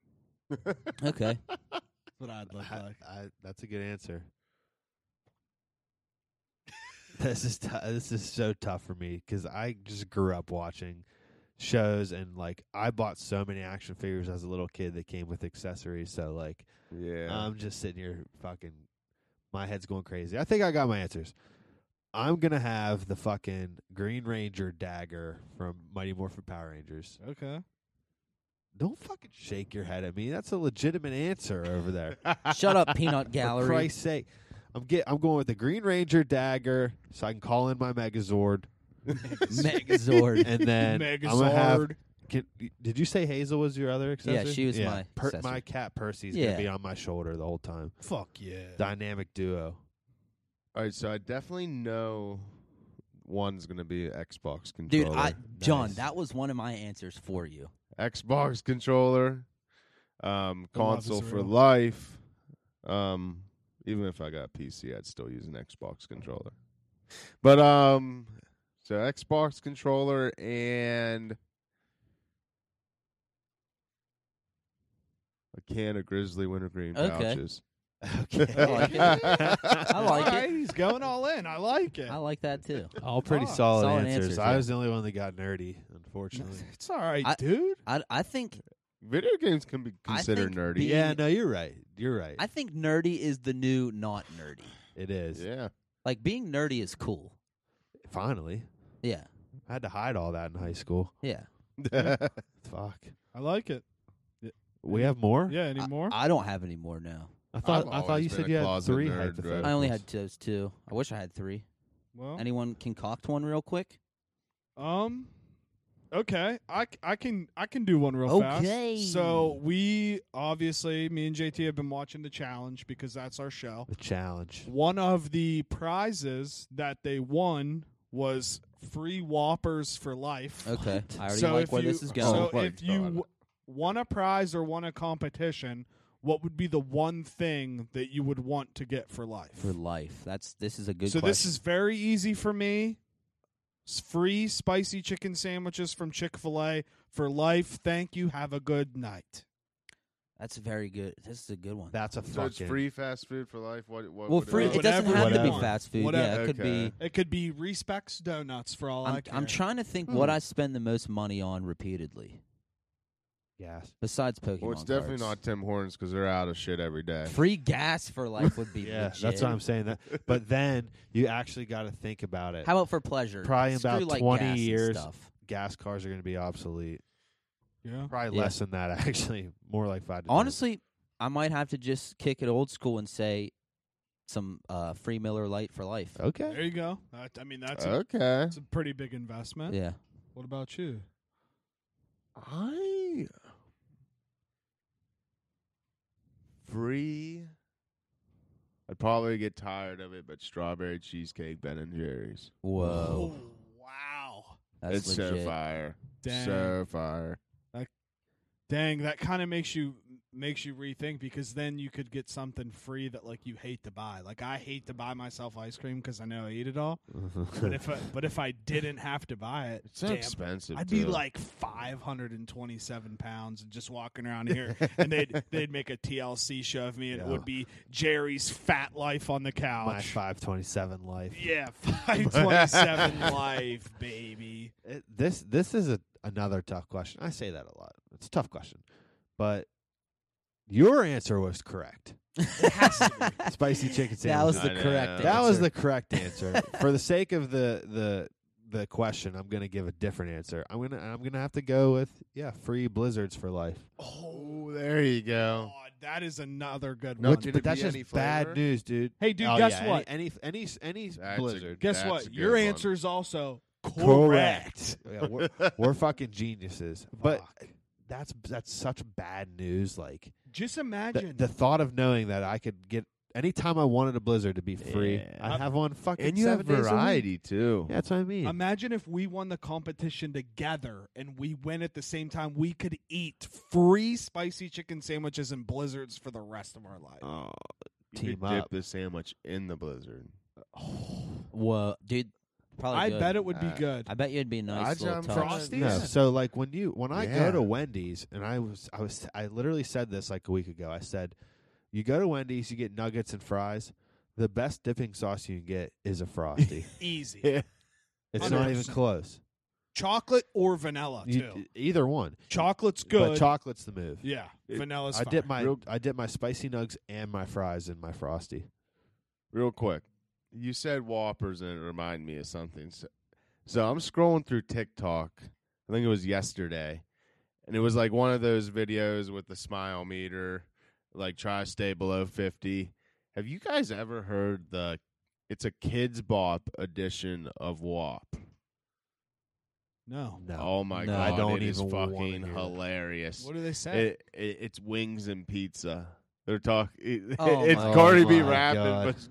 Okay. That's what I'd look I- like. I- that's a good answer. this is t- this is so tough for me because I just grew up watching shows and like I bought so many action figures as a little kid that came with accessories. So like yeah. I'm just sitting here fucking my head's going crazy. I think I got my answers. I'm gonna have the fucking Green Ranger dagger from Mighty Morphin Power Rangers. Okay. Don't fucking shake your head at me. That's a legitimate answer over there. Shut up, Peanut For Gallery. Christ's sake. I'm get I'm going with the Green Ranger dagger so I can call in my Megazord. Megazord. And then I'm gonna have Megazord. can, did you say Hazel was your other accessory? she was my accessory. my cat Percy's Yeah. gonna be on my shoulder the whole time. Fuck yeah. Dynamic duo. All right, so I definitely know one's gonna be Xbox controller. Dude, I John, Nice. that was one of my answers for you. Xbox controller, um, The love console is for real. life. Um, even if I got PC, I'd still use an Xbox controller. But um, So Xbox controller and a can of Grizzly Wintergreen Okay. pouches. Okay. I like it. I like it. Alright, He's going all in. I like it. I like that too. All pretty Oh, solid, solid answers. answers, I yeah. was the only one that got nerdy, unfortunately. It's all right, I- dude. I I think Video games can be I considered think nerdy. being- yeah, no, you're right. You're right. I think nerdy is the new not nerdy. it is. Yeah. Like being nerdy is cool. Finally, Yeah. I had to hide all that in high school. Yeah. Fuck. I like it. We have more. Yeah, I- anymore? I, don't have any more now. I thought I've I thought always you been said a you had closet three. nerd, right? hypotheticals. I only had those two. I wish I had three. well, Anyone concoct one real quick? um, okay. I, c- I can I can do one real Okay. fast. So we obviously me and JT have been watching the challenge because that's our show. the challenge. One of the prizes that they won was free Whoppers for life. Okay. What? I already so like if where you, this is Oh, going. So my if you God. w- won a prize or won a competition, what would be the one thing that you would want to get for life? for life. That's this is a good so question. this is very easy for me. S- Free spicy chicken sandwiches from Chick Fil A for life. Thank you. Have a good night. That's very good. This is a good one. That's a so it's fucking- free fast food for life. What? what well, would free. It, It doesn't Whatever have to you be want. fast food. Yeah, Whatever. it could Okay. be. It could be Respecs donuts for all I I'm, care. I'm trying to think Hmm. what I spend the most money on repeatedly, Yes. besides Pokemon. well, it's definitely cards. not Tim Hortons because they're out of shit every day. Free gas for life would be. Yeah, legit. that's what I'm saying. That, but then you actually got to think about it. How about for pleasure? Probably in Screw, about like, 20 gas and years. Stuff. gas cars are going to be obsolete? Yeah. Probably Yeah. less than that, actually. More like five. To 10. Honestly, I might have to just kick it old school and say some uh, free Miller Light for life. okay. There you go. That, I mean, that's a, okay. that's a pretty big investment. Yeah. What about you? I free. I'd probably get tired of it, but strawberry cheesecake Ben and Jerry's. Whoa. Oh, wow. That's it's legit. so fire, Dang. so fire. Dang, that kind of makes you makes you rethink because then you could get something free that like you hate to buy. Like I hate to buy myself ice cream because I know I eat it all. But if I, but if I didn't have to buy it, It's so damn, expensive. I'd be too. like 527 pounds and just walking around here, and they'd they'd make a TLC show of me, and it Yeah. would be Jerry's fat life on the my couch. five twenty seven life. yeah, 527 life, baby. It- this this is a, another tough question. I say that a lot. It's a tough question, but your answer was correct. Spicy chicken That was sandwich. the I correct. know. Answer. That was the correct answer. For the sake of the the the question, I'm going to give a different answer. I'm gonna I'm gonna have to go with yeah, free blizzards for life. oh, there you go. God, that is another good No, one. Which- did it but that's be just any bad flavor? news, dude. Hey, dude, Oh, guess yeah, what? Any any any, any That's a- blizzard. Guess That's a what? good Your one. answer is also correct. Yeah, we're, we're fucking geniuses. But that's that's such bad news. Like Just the, imagine. the thought of knowing that I could get anytime I wanted a blizzard to be free, Yeah. I'd have one fucking and you have seven days a week. variety too. Yeah, that's what I mean. imagine if we won the competition together and we win at the same time. We could eat free spicy chicken sandwiches and blizzards for the rest of our life. oh, You team could dip up. the sandwich in the blizzard. Whoa, dude. Oh, Probably. I good. bet it would be Uh, good. I bet you'd be a nice I'd little jump touch. Frosty. No, Yeah. so like when you when I go Yeah. to Wendy's and I was I was I literally said this like a week ago. I said, you go to Wendy's, you get nuggets and fries. The best dipping sauce you can get is a frosty. Easy. Yeah. it's not even 100%. close. Chocolate or vanilla, You- Oh, too. either one, Chocolate's but good. chocolate's the move. yeah, It- vanilla's I fine. dip my Real- I dip my spicy nugs and my fries in my frosty. Real quick, you said Whoppers, and it reminded me of something. So, so I'm scrolling through TikTok. I think it was yesterday, and it was like one of those videos with the smile meter, like try to stay below fifty. Have you guys ever heard the? It's a kids bop edition of WAP. no. No, oh my No, god! I don't it is even wanna fucking hear that. hilarious. What do they say? It, it, it's wings and pizza. They're talk. It, Oh it's my Cardi B God. rapping, God. but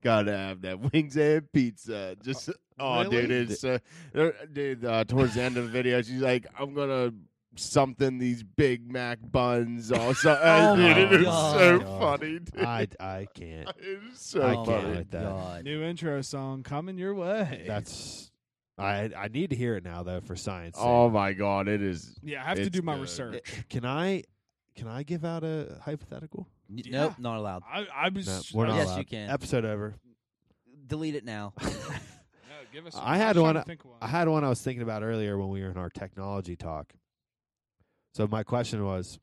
gotta have that wings and pizza. Uh, Just oh, dude, really? it's uh, there- dude. Uh, towards the end of the video, she's like, "I'm gonna something these Big Mac buns." Also, Uh, Oh dude, my it is so God. funny. Dude. I I can't. it is so I oh can't funny. my with that. God. New intro song coming your way. That's I I need to hear it now though for science. sake. Oh my god, it is. Ah, Yeah, I have to It's do my good. I- research. can I can I give out a hypothetical? Y- Yeah. Nope, not allowed. I, I was. No, we're not Yes, allowed. you can. Episode over. Delete it now. No, give us. I I'm had trying one- to think of one. I had one I was thinking about earlier when we were in our technology talk. So my question was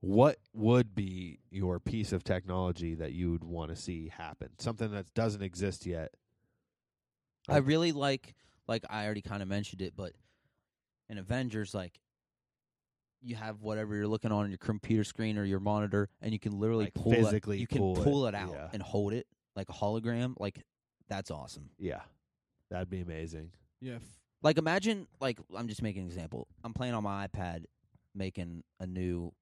what would be your piece of technology that you would want to see happen? Something that doesn't exist yet. I really like like I already kind of mentioned it, but in Avengers, like you have whatever you're looking on your computer screen or your monitor, and you can literally Like, pull it- physically you can pull it, it, out yeah. and hold it like a hologram. Like that's awesome. Yeah. That'd be amazing. yeah, f- Like imagine like I'm just making an example. I'm playing on my iPad, making a new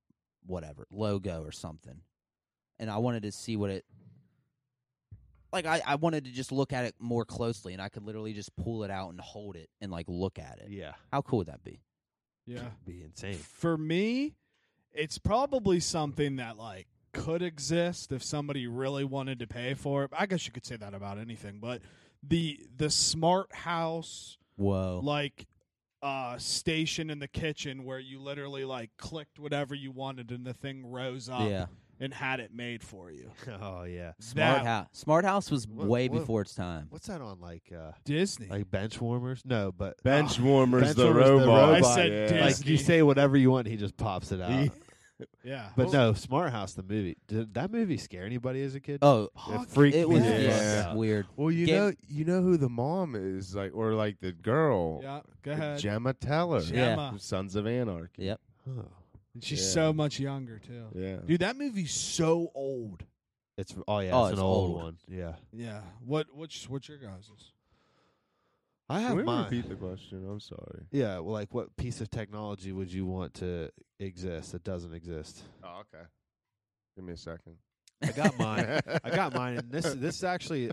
whatever logo or something, and I wanted to see what it. Like I, I wanted to just look at it more closely, and I could literally just pull it out and hold it and like look at it. Yeah. How cool would that be? yeah. Be insane. For me, it's probably something that like could exist if somebody really wanted to pay for it. I guess you could say that about anything, but the the smart house Whoa. like uh station in the kitchen where you literally like clicked whatever you wanted and the thing rose up yeah. and had it made for you. oh yeah. Smart That- House. Smart House was What- way what- before its time. What's that on like uh Disney. like bench warmers? No, but Bench warmers, Bench the warmers, the robot. robot. I said yeah. like you Disney. say whatever you want, he just pops it out. He- yeah. But no, Smart House the movie. Did that movie scare anybody as a kid? Oh, It Fuck freaked it me was the fuck Yeah. just out. weird. Well, you Get- know, you know who the mom is, like, or like the girl, yeah, go Uh-huh. ahead. Gemma Teller, Gemma. from Sons of Anarchy. Yep. Oh, And She's Yeah. so much younger too. Yeah, Dude, that movie's so old. It's oh yeah, Oh, it's, it's an old, old. one. Yeah, Yeah. What what's what's your guys's? I Can have we mine. repeat the question? I'm sorry. Yeah, well, like what piece of technology would you want to exist that doesn't exist? Oh, okay. Give me a second. I got mine. I got mine, and this this is actually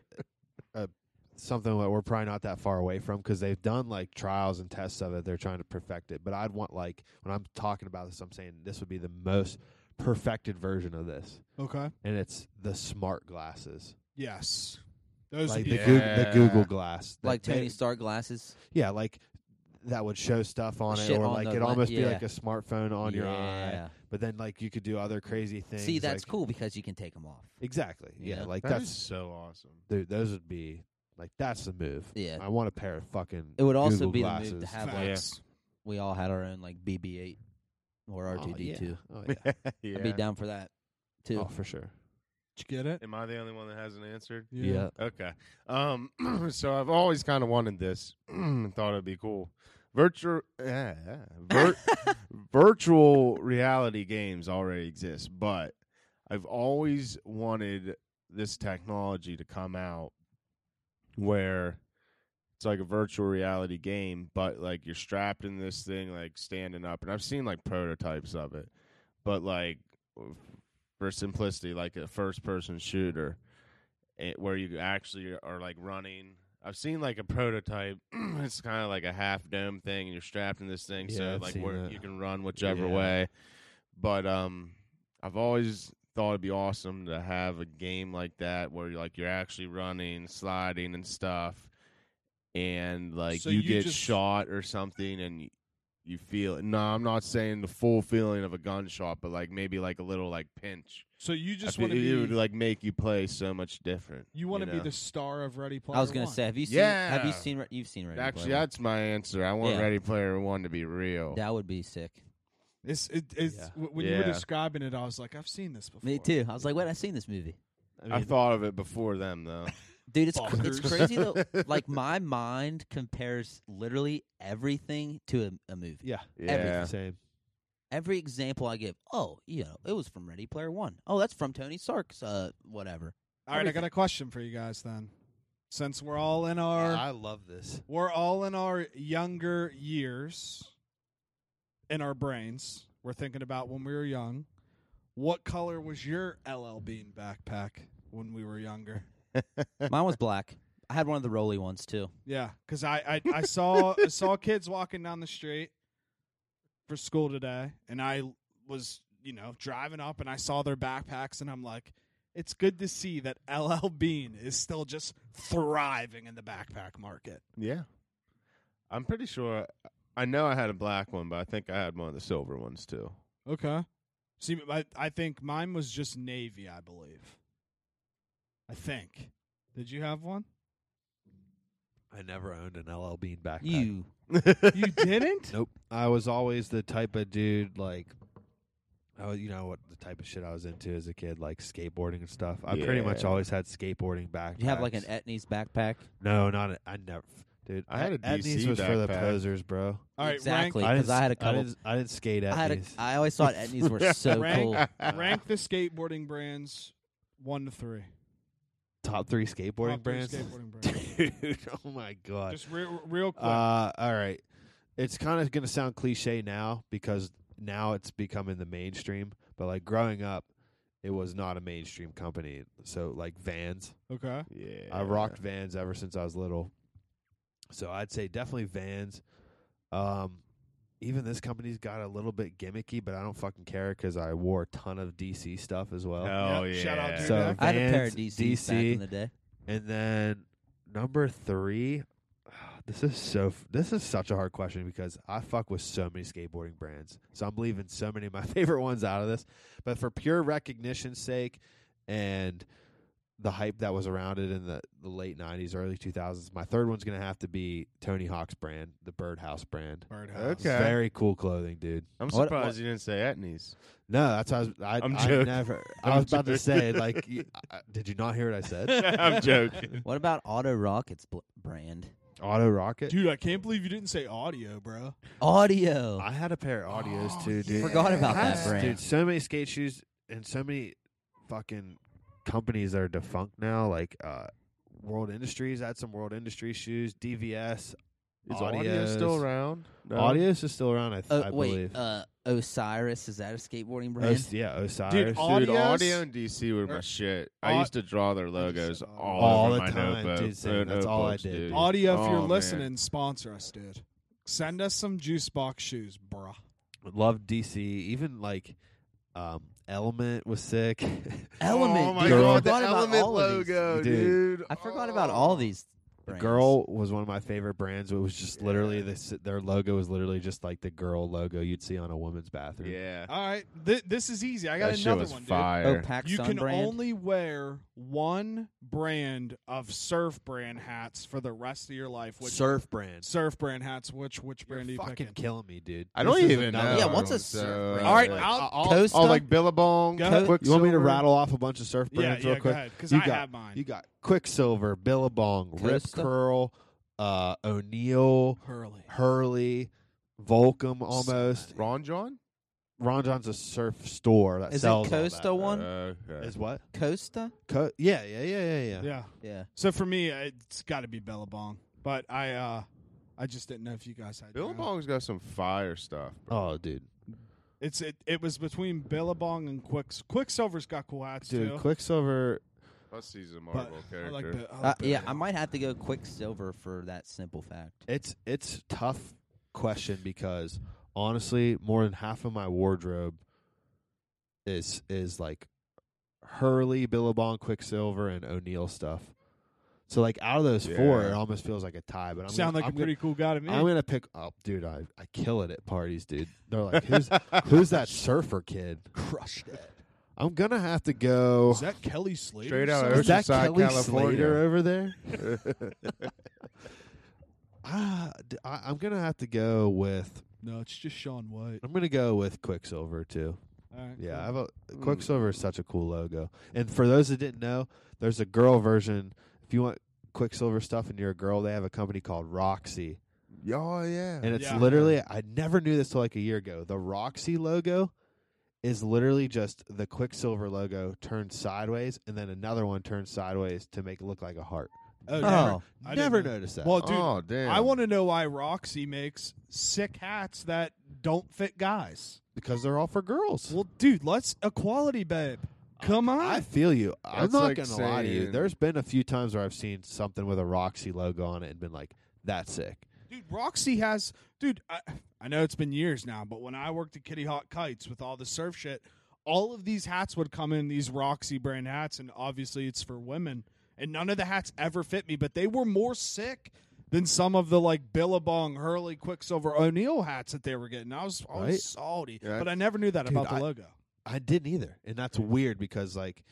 uh something that we're probably not that far away from because they've done like trials and tests of it. They're trying to perfect it, but I'd want like when I'm talking about this, I'm saying this would be the most perfected version of this, Okay. and it's the smart glasses. Yes. Those like would the, be Yeah. Google, the Google Yeah. Glass, that Like they- Tony Stark glasses. yeah, like that would show stuff on it, Shit or on like the it lens, almost be yeah. like a smartphone on your eye. Yeah. But then like you could do other crazy things. See, that's like- cool because you can take them off. Exactly. Yeah, Yeah. like That that's is so awesome. dude, those would be like that's the move. Yeah. I want a pair of fucking. It would also Google be glasses. the move to have like facts. we all had our own like BB-8 or Oh, R2D2. yeah. Oh, yeah. I'd be down for that too. Oh, for sure. Did you get it? Am I the only one that hasn't answered? Yeah. Okay. Um. so I've always kind of wanted this. thought it'd be cool. Virtual, uh, vir- virtual reality games already exist, but I've always wanted this technology to come out where it's like a virtual reality game, but like you're strapped in this thing, like standing up. And I've seen like prototypes of it, but like for simplicity, like a first person shooter eh, where you actually are like running. I've seen like a prototype. it's kind of like a half dome thing, and you're strapped in this thing, Yeah, so I've like seen where that. you can run whichever Yeah. way. But um, I've always thought it'd be awesome to have a game like that where you're like you're actually running, sliding, and stuff, and like So you, you get just- shot or something, and you, you feel it. No, I'm not saying the full feeling of a gunshot, but like maybe like a little like pinch. So you I just feel want to it would be like make you play so much different. you want to be know? the star of Ready Player I was gonna One. say, have you seen? Have you Yeah. seen? Re- You've seen Ready Actually, Player One. that's my answer. I want Yeah. Ready Player One to be real. that would be sick. It's, it, it's Yeah. w- when you were Yeah. describing it, I was like, I've seen this before. Me too. I was like, wait, I've seen this movie, I, I mean, thought of it before them though. dude. It's cr- it's Fuckers. crazy though. like my mind compares literally everything to a, a movie. yeah, yeah. same. Every example I give, oh, you know, it was from Ready Player One. Oh, that's from Tony Stark's, uh, whatever. All right, I got a question for you guys then. Since we're all in our I love this. we're all in our younger years in our brains, we're thinking about when we were young. What color was your LL Bean backpack when we were younger? Mine was black. I had one of the roly ones too. Yeah, because I, I I saw I saw kids walking down the street for school today, and I was you know driving up, and I saw their backpacks, and I'm like, it's good to see that LL Bean is still just thriving in the backpack market. yeah, I'm pretty sure. I know I had a black one, but I think I had one of the silver ones too. Okay. See, I, I think mine was just navy. I believe. I think. Did you have one? I never owned an LL Bean backpack. You You didn't. Nope. I was always the type of dude like I was, you know what the type of shit I was into as a kid, like skateboarding and stuff. I pretty much Yeah. always had skateboarding backpacks. you have like an Etnies backpack. No, not a, I never dude. I had a DC Et- Etnies was for the backpack. posers, bro. All right, exactly. I Because didn't I, had a s- couple. I didn't, I didn't skate I, had a, Etnies. I always thought Etnies were so Rank- cool. Rank, rank the skateboarding brands one to three. Top three Top skateboarding three brands. Skateboarding brands. Dude, oh my god. Just re- real quick. Uh, all right. It's kind of going to sound cliche now because now it's becoming the mainstream. But like growing up, it was not a mainstream company. So like Vans, okay. Yeah, I rocked Vans ever since I was little. So I'd say definitely Vans. Um, even this company's got a little bit gimmicky, but I don't fucking care because I wore a ton of DC stuff as well. Hell Yep, yeah! shout out to your So- dad. I had a pair of Vans, DCs back DC. in the day. And then number three, this is so this is such a hard question because I fuck with so many skateboarding brands, so I'm leaving so many of my favorite ones out of this. But for pure recognition's sake, and the hype that was around it in the, the late '90s, early 2000s, my third one's gonna have to be Tony Hawk's brand, the Birdhouse brand. Birdhouse. Okay. Very cool clothing, dude. I'm What- surprised you didn't say Etnies. No, that's how I was. I, I'm I joking. never. I I'm was about to joking. say, like, you, I, did you not hear what I said? I'm joking. What about Auto Rockets bl- brand? Auto Rocket. Dude, I can't believe you didn't say audio, bro. Audio. I had a pair of audios Oh, too, dude. Forgot about that Yes, brand. Dude, so many skate shoes and so many fucking companies that are defunct now, like uh World Industries had some World Industries shoes, DVS. Is audio still Audios. around? No? Audios is still around, I, th- Oh, I wait, believe. uh, Osiris is that a skateboarding brand? Os- yeah, Osiris. Dude, all- Dude, Audios? audio and DC were my Or- shit. I Er, Au- used to draw their I just logos said all, audio. All over the my time, notebook. dude, same. That's all I notebooks, did. dude. Audio, if Oh, you're man. listening, sponsor us, dude. Send us some juice box shoes, bruh. Love DC. Even like um Element was sick. Element. Oh my dude, I god, the forgot about Element all of these. logo, Dude. dude. I forgot about all these. Brands. Girl was one of my favorite brands. It was just literally Yeah. this. Their logo was literally just like the girl logo you'd see on a woman's bathroom. Yeah. All right. Th- this is easy. I got that shit another was one, dude. Oh, fire. Pac You Sun can brand. only wear one brand of surf brand hats for the rest of your life. Which Surf brand. surf brand hats? Which which brand You're are you fucking picking? killing me, dude. I don't This is even another know. Yeah, one. once a So, surf- uh, All right, like- I'll, I'll Coast- Oh, like Billabong. Go ahead. Quick- you want me to Quicksilver? rattle off a bunch of surf yeah, brands yeah, real quick? go ahead because You I got- have mine. You got Quicksilver, Billabong, Rip Costa? Curl, uh, O'Neill, Hurley. Hurley, Volcom almost. Ron John? Ron John's a surf store that Is it sells all Costa that. one? Uh, Okay. Is what? Costa. Co- yeah, yeah, yeah, yeah, yeah. Yeah. Yeah. So for me, it's got to be Billabong. But I, uh I just didn't know if you guys had. your own. Billabong's got some fire stuff. Oh, dude, It's it. It was between Billabong and Quicks. Quicksilver's got cool hats dude, too. Quicksilver. Plus, he's a but Marvel I character. like Bi- I Uh, like yeah, I Billabong. might have to go Quicksilver for that simple fact. It's it's tough question because honestly, more than half of my wardrobe is is like Hurley, Billabong, Quicksilver, and O'Neill stuff. So like out of those four, Yeah. it almost feels like a tie. But I'm Sound gonna, like I'm a pretty cool guy to me. Gonna, I'm gonna pick up, dude. I I kill it at parties, dude. They're like, who's who's that surfer kid? Crushed it. I'm gonna have to go. Is that Kelly Slater? Straight out son? of Is that Oceanside, Kelly California. Slater over there? Ah, d- I, I'm gonna have to go with. No, it's just Sean White. I'm gonna go with Quicksilver too. All right, Yeah, I cool. have a Mm. Quicksilver is such a cool logo. And for those that didn't know, there's a girl version. If you want Quicksilver stuff and you're a girl, they have a company called Roxy, oh, yeah. and it's Yeah. literally I never knew this till like a year ago. The Roxy logo is literally just the Quicksilver logo turned sideways, and then another one turned sideways to make it look like a heart. Oh, Oh, I didn't never know. noticed that. never- Well, dude, oh, damn. I want to know why Roxy makes sick hats that don't fit guys. because they're all for girls. Well, dude, let's equality, babe. Uh, Come on. I feel you. I'm That's not like gonna lie to you. saying- There's been a few times where I've seen something with a Roxy logo on it and been like, "That's sick." Dude, Roxy has. Dude, I, I know it's been years now, but when I worked at Kitty Hawk Kites with all the surf shit, all of these hats would come in these Roxy brand hats, and obviously it's for women. And none of the hats ever fit me, but they were more sick than some of the like Billabong, Hurley, Quicksilver, O'Neill hats that they were getting. I was I was Right. salty, Yeah. but I never knew that Dude, about the I- logo. I didn't either, and that's weird because like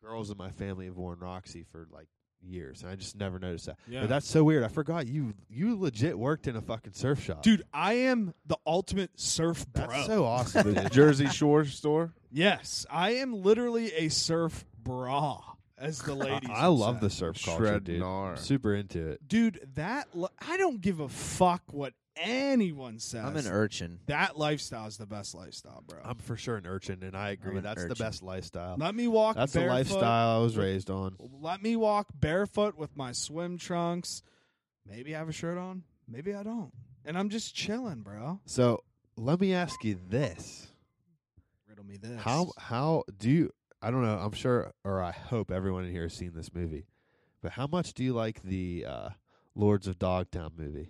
girls in my family have worn Roxy for like years, and I just never noticed that. Yeah, But that's so weird. I forgot you you legit worked in a fucking surf shop, dude, I am the ultimate surf bro. That's so awesome. The dude. Jersey Shore store. yes, I am literally a surf bra, as the I, ladies. I would love say. the surf culture, Shred dude. gnar. I'm super into it. dude. That li- I don't give a fuck what anyone says. I'm an urchin. that lifestyle is the best lifestyle, bro. I'm for sure an urchin, and I agree. an That's the urchin. best lifestyle. Let me walk. That's the barefoot. lifestyle I was raised on. Let me walk barefoot with my swim trunks. Maybe I have a shirt on. Maybe I don't. And I'm just chilling, bro. So let me ask you this: Riddle me this. How how do you? I don't know. I'm sure, or I hope everyone in here has seen this movie. But how much do you like the uh, Lords of Dogtown movie?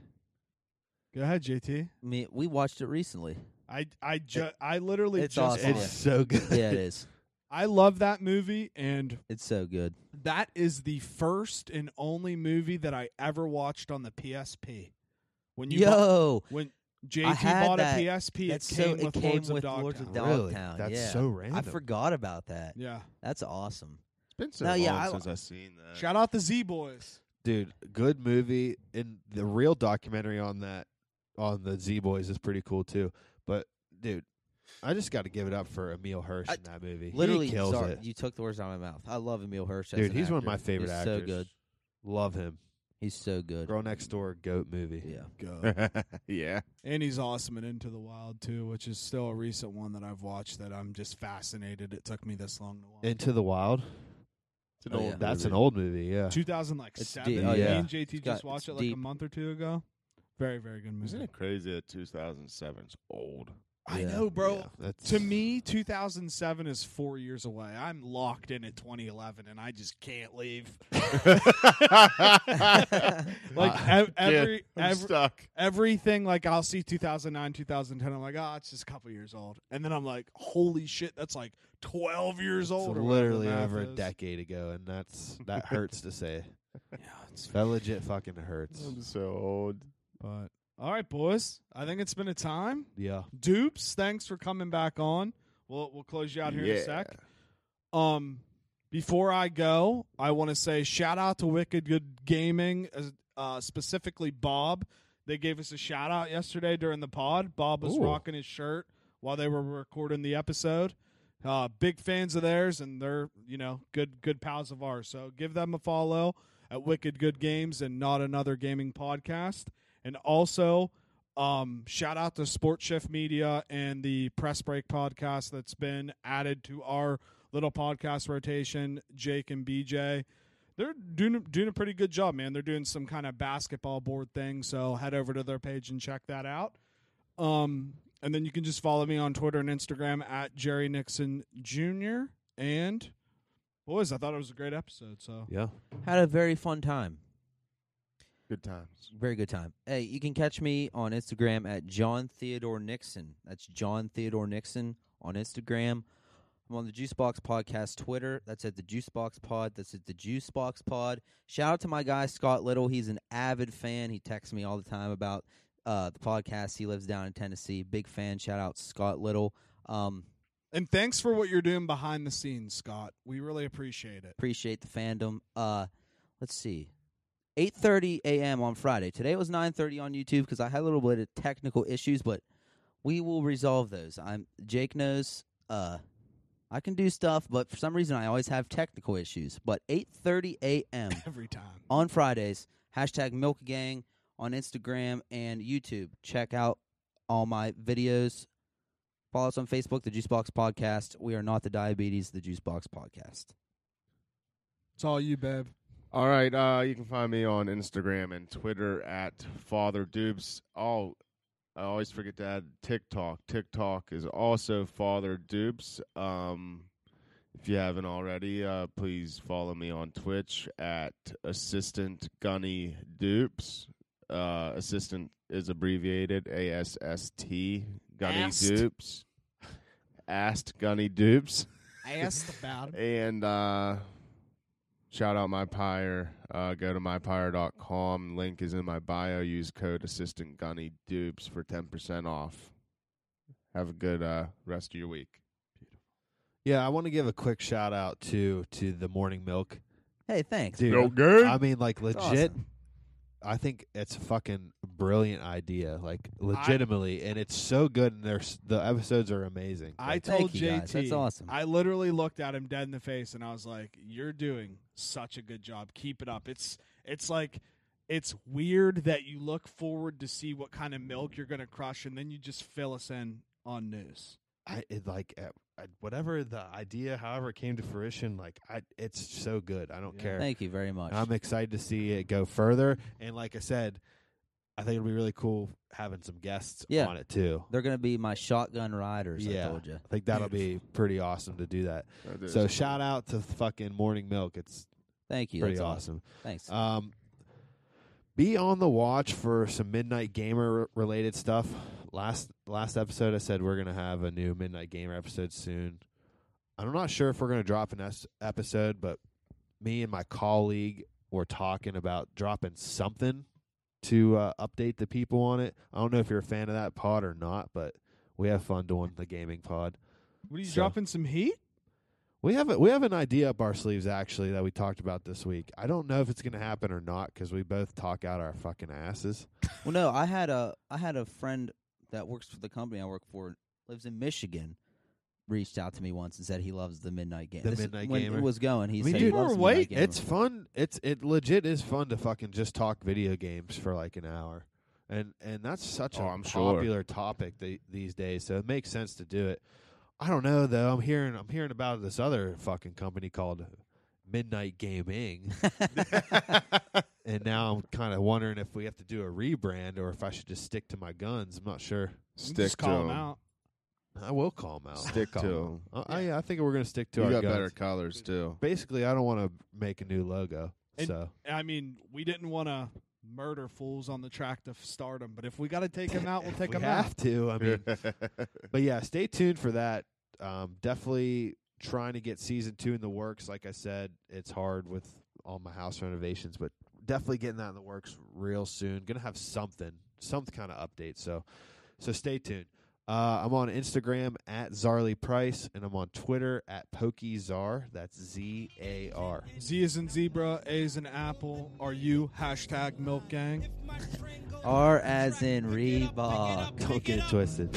Go ahead, JT. Me, we watched it recently. I I ju- I literally it's just awesome. It's so good. Yeah, it is. I love that movie and It's so good. that is the first and only movie that I ever watched on the PSP. When you bought, Yo, when JT had bought that. a PSP, it That's so- came it with came Lords with of Dogtown. Lords of Dog- really? Dogtown, That's yeah. so random. I forgot about that. yeah. That's awesome. It's been so No, long yeah, I- since I've seen that. Shout out the Z Boys. dude good movie and the real documentary on that on the z boys is pretty cool too but dude i just got to give it up for emil hirsch I- in that movie Literally, he kills sorry, it you took the words out of my mouth. I love Emil Hirsch. as dude an he's one of actor. my favorite he's actors So good. love him He's so good. girl next door goat movie Yeah. Go. yeah. and he's awesome in Into the Wild too, which is still a recent one that I've watched that I'm just fascinated. It took me this long to watch. into the wild It's an Oh, old yeah. that's movie. an old movie yeah 2007. deep. Oh, Me yeah. and JT It's just got- watched it's it like a deep. month or two ago. Very, very good movie. Isn't it crazy that 2007's old? I Yeah. know, bro. Yeah, that's To me, 2007 is four years away. I'm locked in at 2011, and I just can't leave. Like Uh, ev- every I'm every stuck. everything, like I'll see 2009, 2010. I'm like, oh, it's just a couple years old, and then I'm like, holy shit, that's like 12 years it's old. or whatever the literally math over a is. decade ago and that's that hurts to say Yeah, it's that legit fucking hurts I'm so old. But all right, boys. I think it's been a time. yeah Dupes, thanks for coming back on. We'll we'll close you out here in a Yeah. sec. Um, before I go, I want to say shout out to Wicked Good Gaming, as- uh, specifically Bob. They gave us a shout out yesterday during the pod. Bob was Ooh. rocking his shirt while they were recording the episode. Uh, big fans of theirs, and they're you know good good pals of ours. So give them a follow at Wicked Good Games and Not Another Gaming Podcast. And also, um, shout out to Sport Shift Media and the Press Break podcast that's been added to our little podcast rotation. Jake and BJ, they're doing doing a pretty good job, man. They're doing some kind of basketball board thing, so head over to their page and check that out. Um, and then you can just follow me on Twitter and Instagram at Jerry Nixon Jr. And boys, I thought it was a great episode. So yeah Had a very fun time. Good times. Very good time. Hey, you can catch me on Instagram at John Theodore Nixon. That's John Theodore Nixon on Instagram. I'm on the Juicebox Podcast Twitter. That's at the Juicebox Pod. That's at the Juicebox Pod. Shout out to my guy Scott Little. He's an avid fan. He texts me all the time about uh, the podcast. He lives down in Tennessee. Big fan. Shout out Scott Little. Um, and thanks for what you're doing behind the scenes, Scott. We really appreciate it. appreciate the fandom. Uh, let's see, eight thirty a.m. on Friday. Today was nine thirty on YouTube because I had a little bit of technical issues, but we will resolve those. I'm Jake knows. Uh, I can do stuff, but for some reason I always have technical issues. But eight thirty a.m. Every time. on Fridays. Hashtag Milk Gang on Instagram and YouTube. Check out all my videos. Follow us on Facebook, The Juicebox Podcast. We are not the Diabetes, The Juicebox Podcast. It's all you, babe. All right, uh, you can find me on Instagram and Twitter at Father Dubes. Oh, I always forget to add TikTok. TikTok is also Father Dubes. Um, if you haven't already, uh, please follow me on Twitch at Assistant Gunny Dupes. Uh, assistant is abbreviated A S S T Gunny Ast. Dupes. Asked Gunny Dupes. I asked about him. And uh Shout out my pyre. Uh, go to mypire.com. Link is in my bio. Use code assistant Gunny Dupes for ten percent off. Have a good uh, rest of your week. Yeah, I want to give a quick shout out to to the morning milk, Hey, thanks. dude. good. I mean, like legit. It's awesome. I think it's a fucking brilliant idea, like legitimately, and it's so good. And there's the episodes are amazing. I Like, Thank told you, JT, guys. That's awesome. I literally looked at him dead in the face and I was like, "You're doing such a good job. Keep it up." It's it's like it's weird that you look forward to see what kind of milk you're going to crush and then you just fill us in on news. I it, like uh, I, whatever the idea, however it came to fruition. Like I, it's so good. I don't Yeah. care. Thank you very much. I'm excited to see it go further. And like I said, I think it'll be really cool having some guests Yeah. on it too. They're going to be my shotgun riders. Yeah. I told you. I think that'll be pretty awesome to do that. So shout out to fucking Morning Milk. It's Thank you. pretty That's awesome. Thanks. Um, be on the watch for some midnight gamer related stuff. Last last episode, I said we're gonna have a new midnight gamer episode soon. I'm not sure if we're gonna drop an es- episode, but me and my colleague were talking about dropping something to uh, update the people on it. I don't know if you're a fan of that pod or not, but we have fun doing the gaming pod. What are you So- dropping some heat? We have a, we have an idea up our sleeves actually that we talked about this week. I don't know if it's going to happen or not because we both talk out our fucking asses. well, no, I had a I had a friend that works for the company I work for, lives in Michigan. Reached out to me once and said he loves the midnight game. The This is Midnight when Gamer. it was going. He I mean, said dude, he loves the wait, Midnight Gamer. It's fun. It's it legit is fun to fucking just talk video games for like an hour, and and that's such Oh, a I'm sure. popular topic the, these days. So it makes sense to do it. I don't know though. I'm hearing I'm hearing about this other fucking company called Midnight Gaming, and now I'm kind of wondering if we have to do a rebrand or if I should just stick to my guns. I'm not sure. You Stick just to call 'em. him out. I will call them out. Stick I'll to call 'em. 'em. I, I, I think we're going to stick to You our got guns. better colors too. Basically, I don't want to make a new logo. And- so I mean, we didn't want to murder fools on the track to stardom, but if we got to take him out, we'll If take we him have out. to. I mean, but yeah, stay tuned for that. Um, definitely trying to get season two in the works. Like I said, it's hard with all my house renovations, but definitely getting that in the works real soon. Gonna have something, some kind of update. So, so stay tuned. Uh, I'm on Instagram at Zarly Price, and I'm on Twitter at PokeZar. That's Z A R. Z is in zebra, A is in apple. Are you hashtag milk gang? R as in Reebok. Don't get it twisted.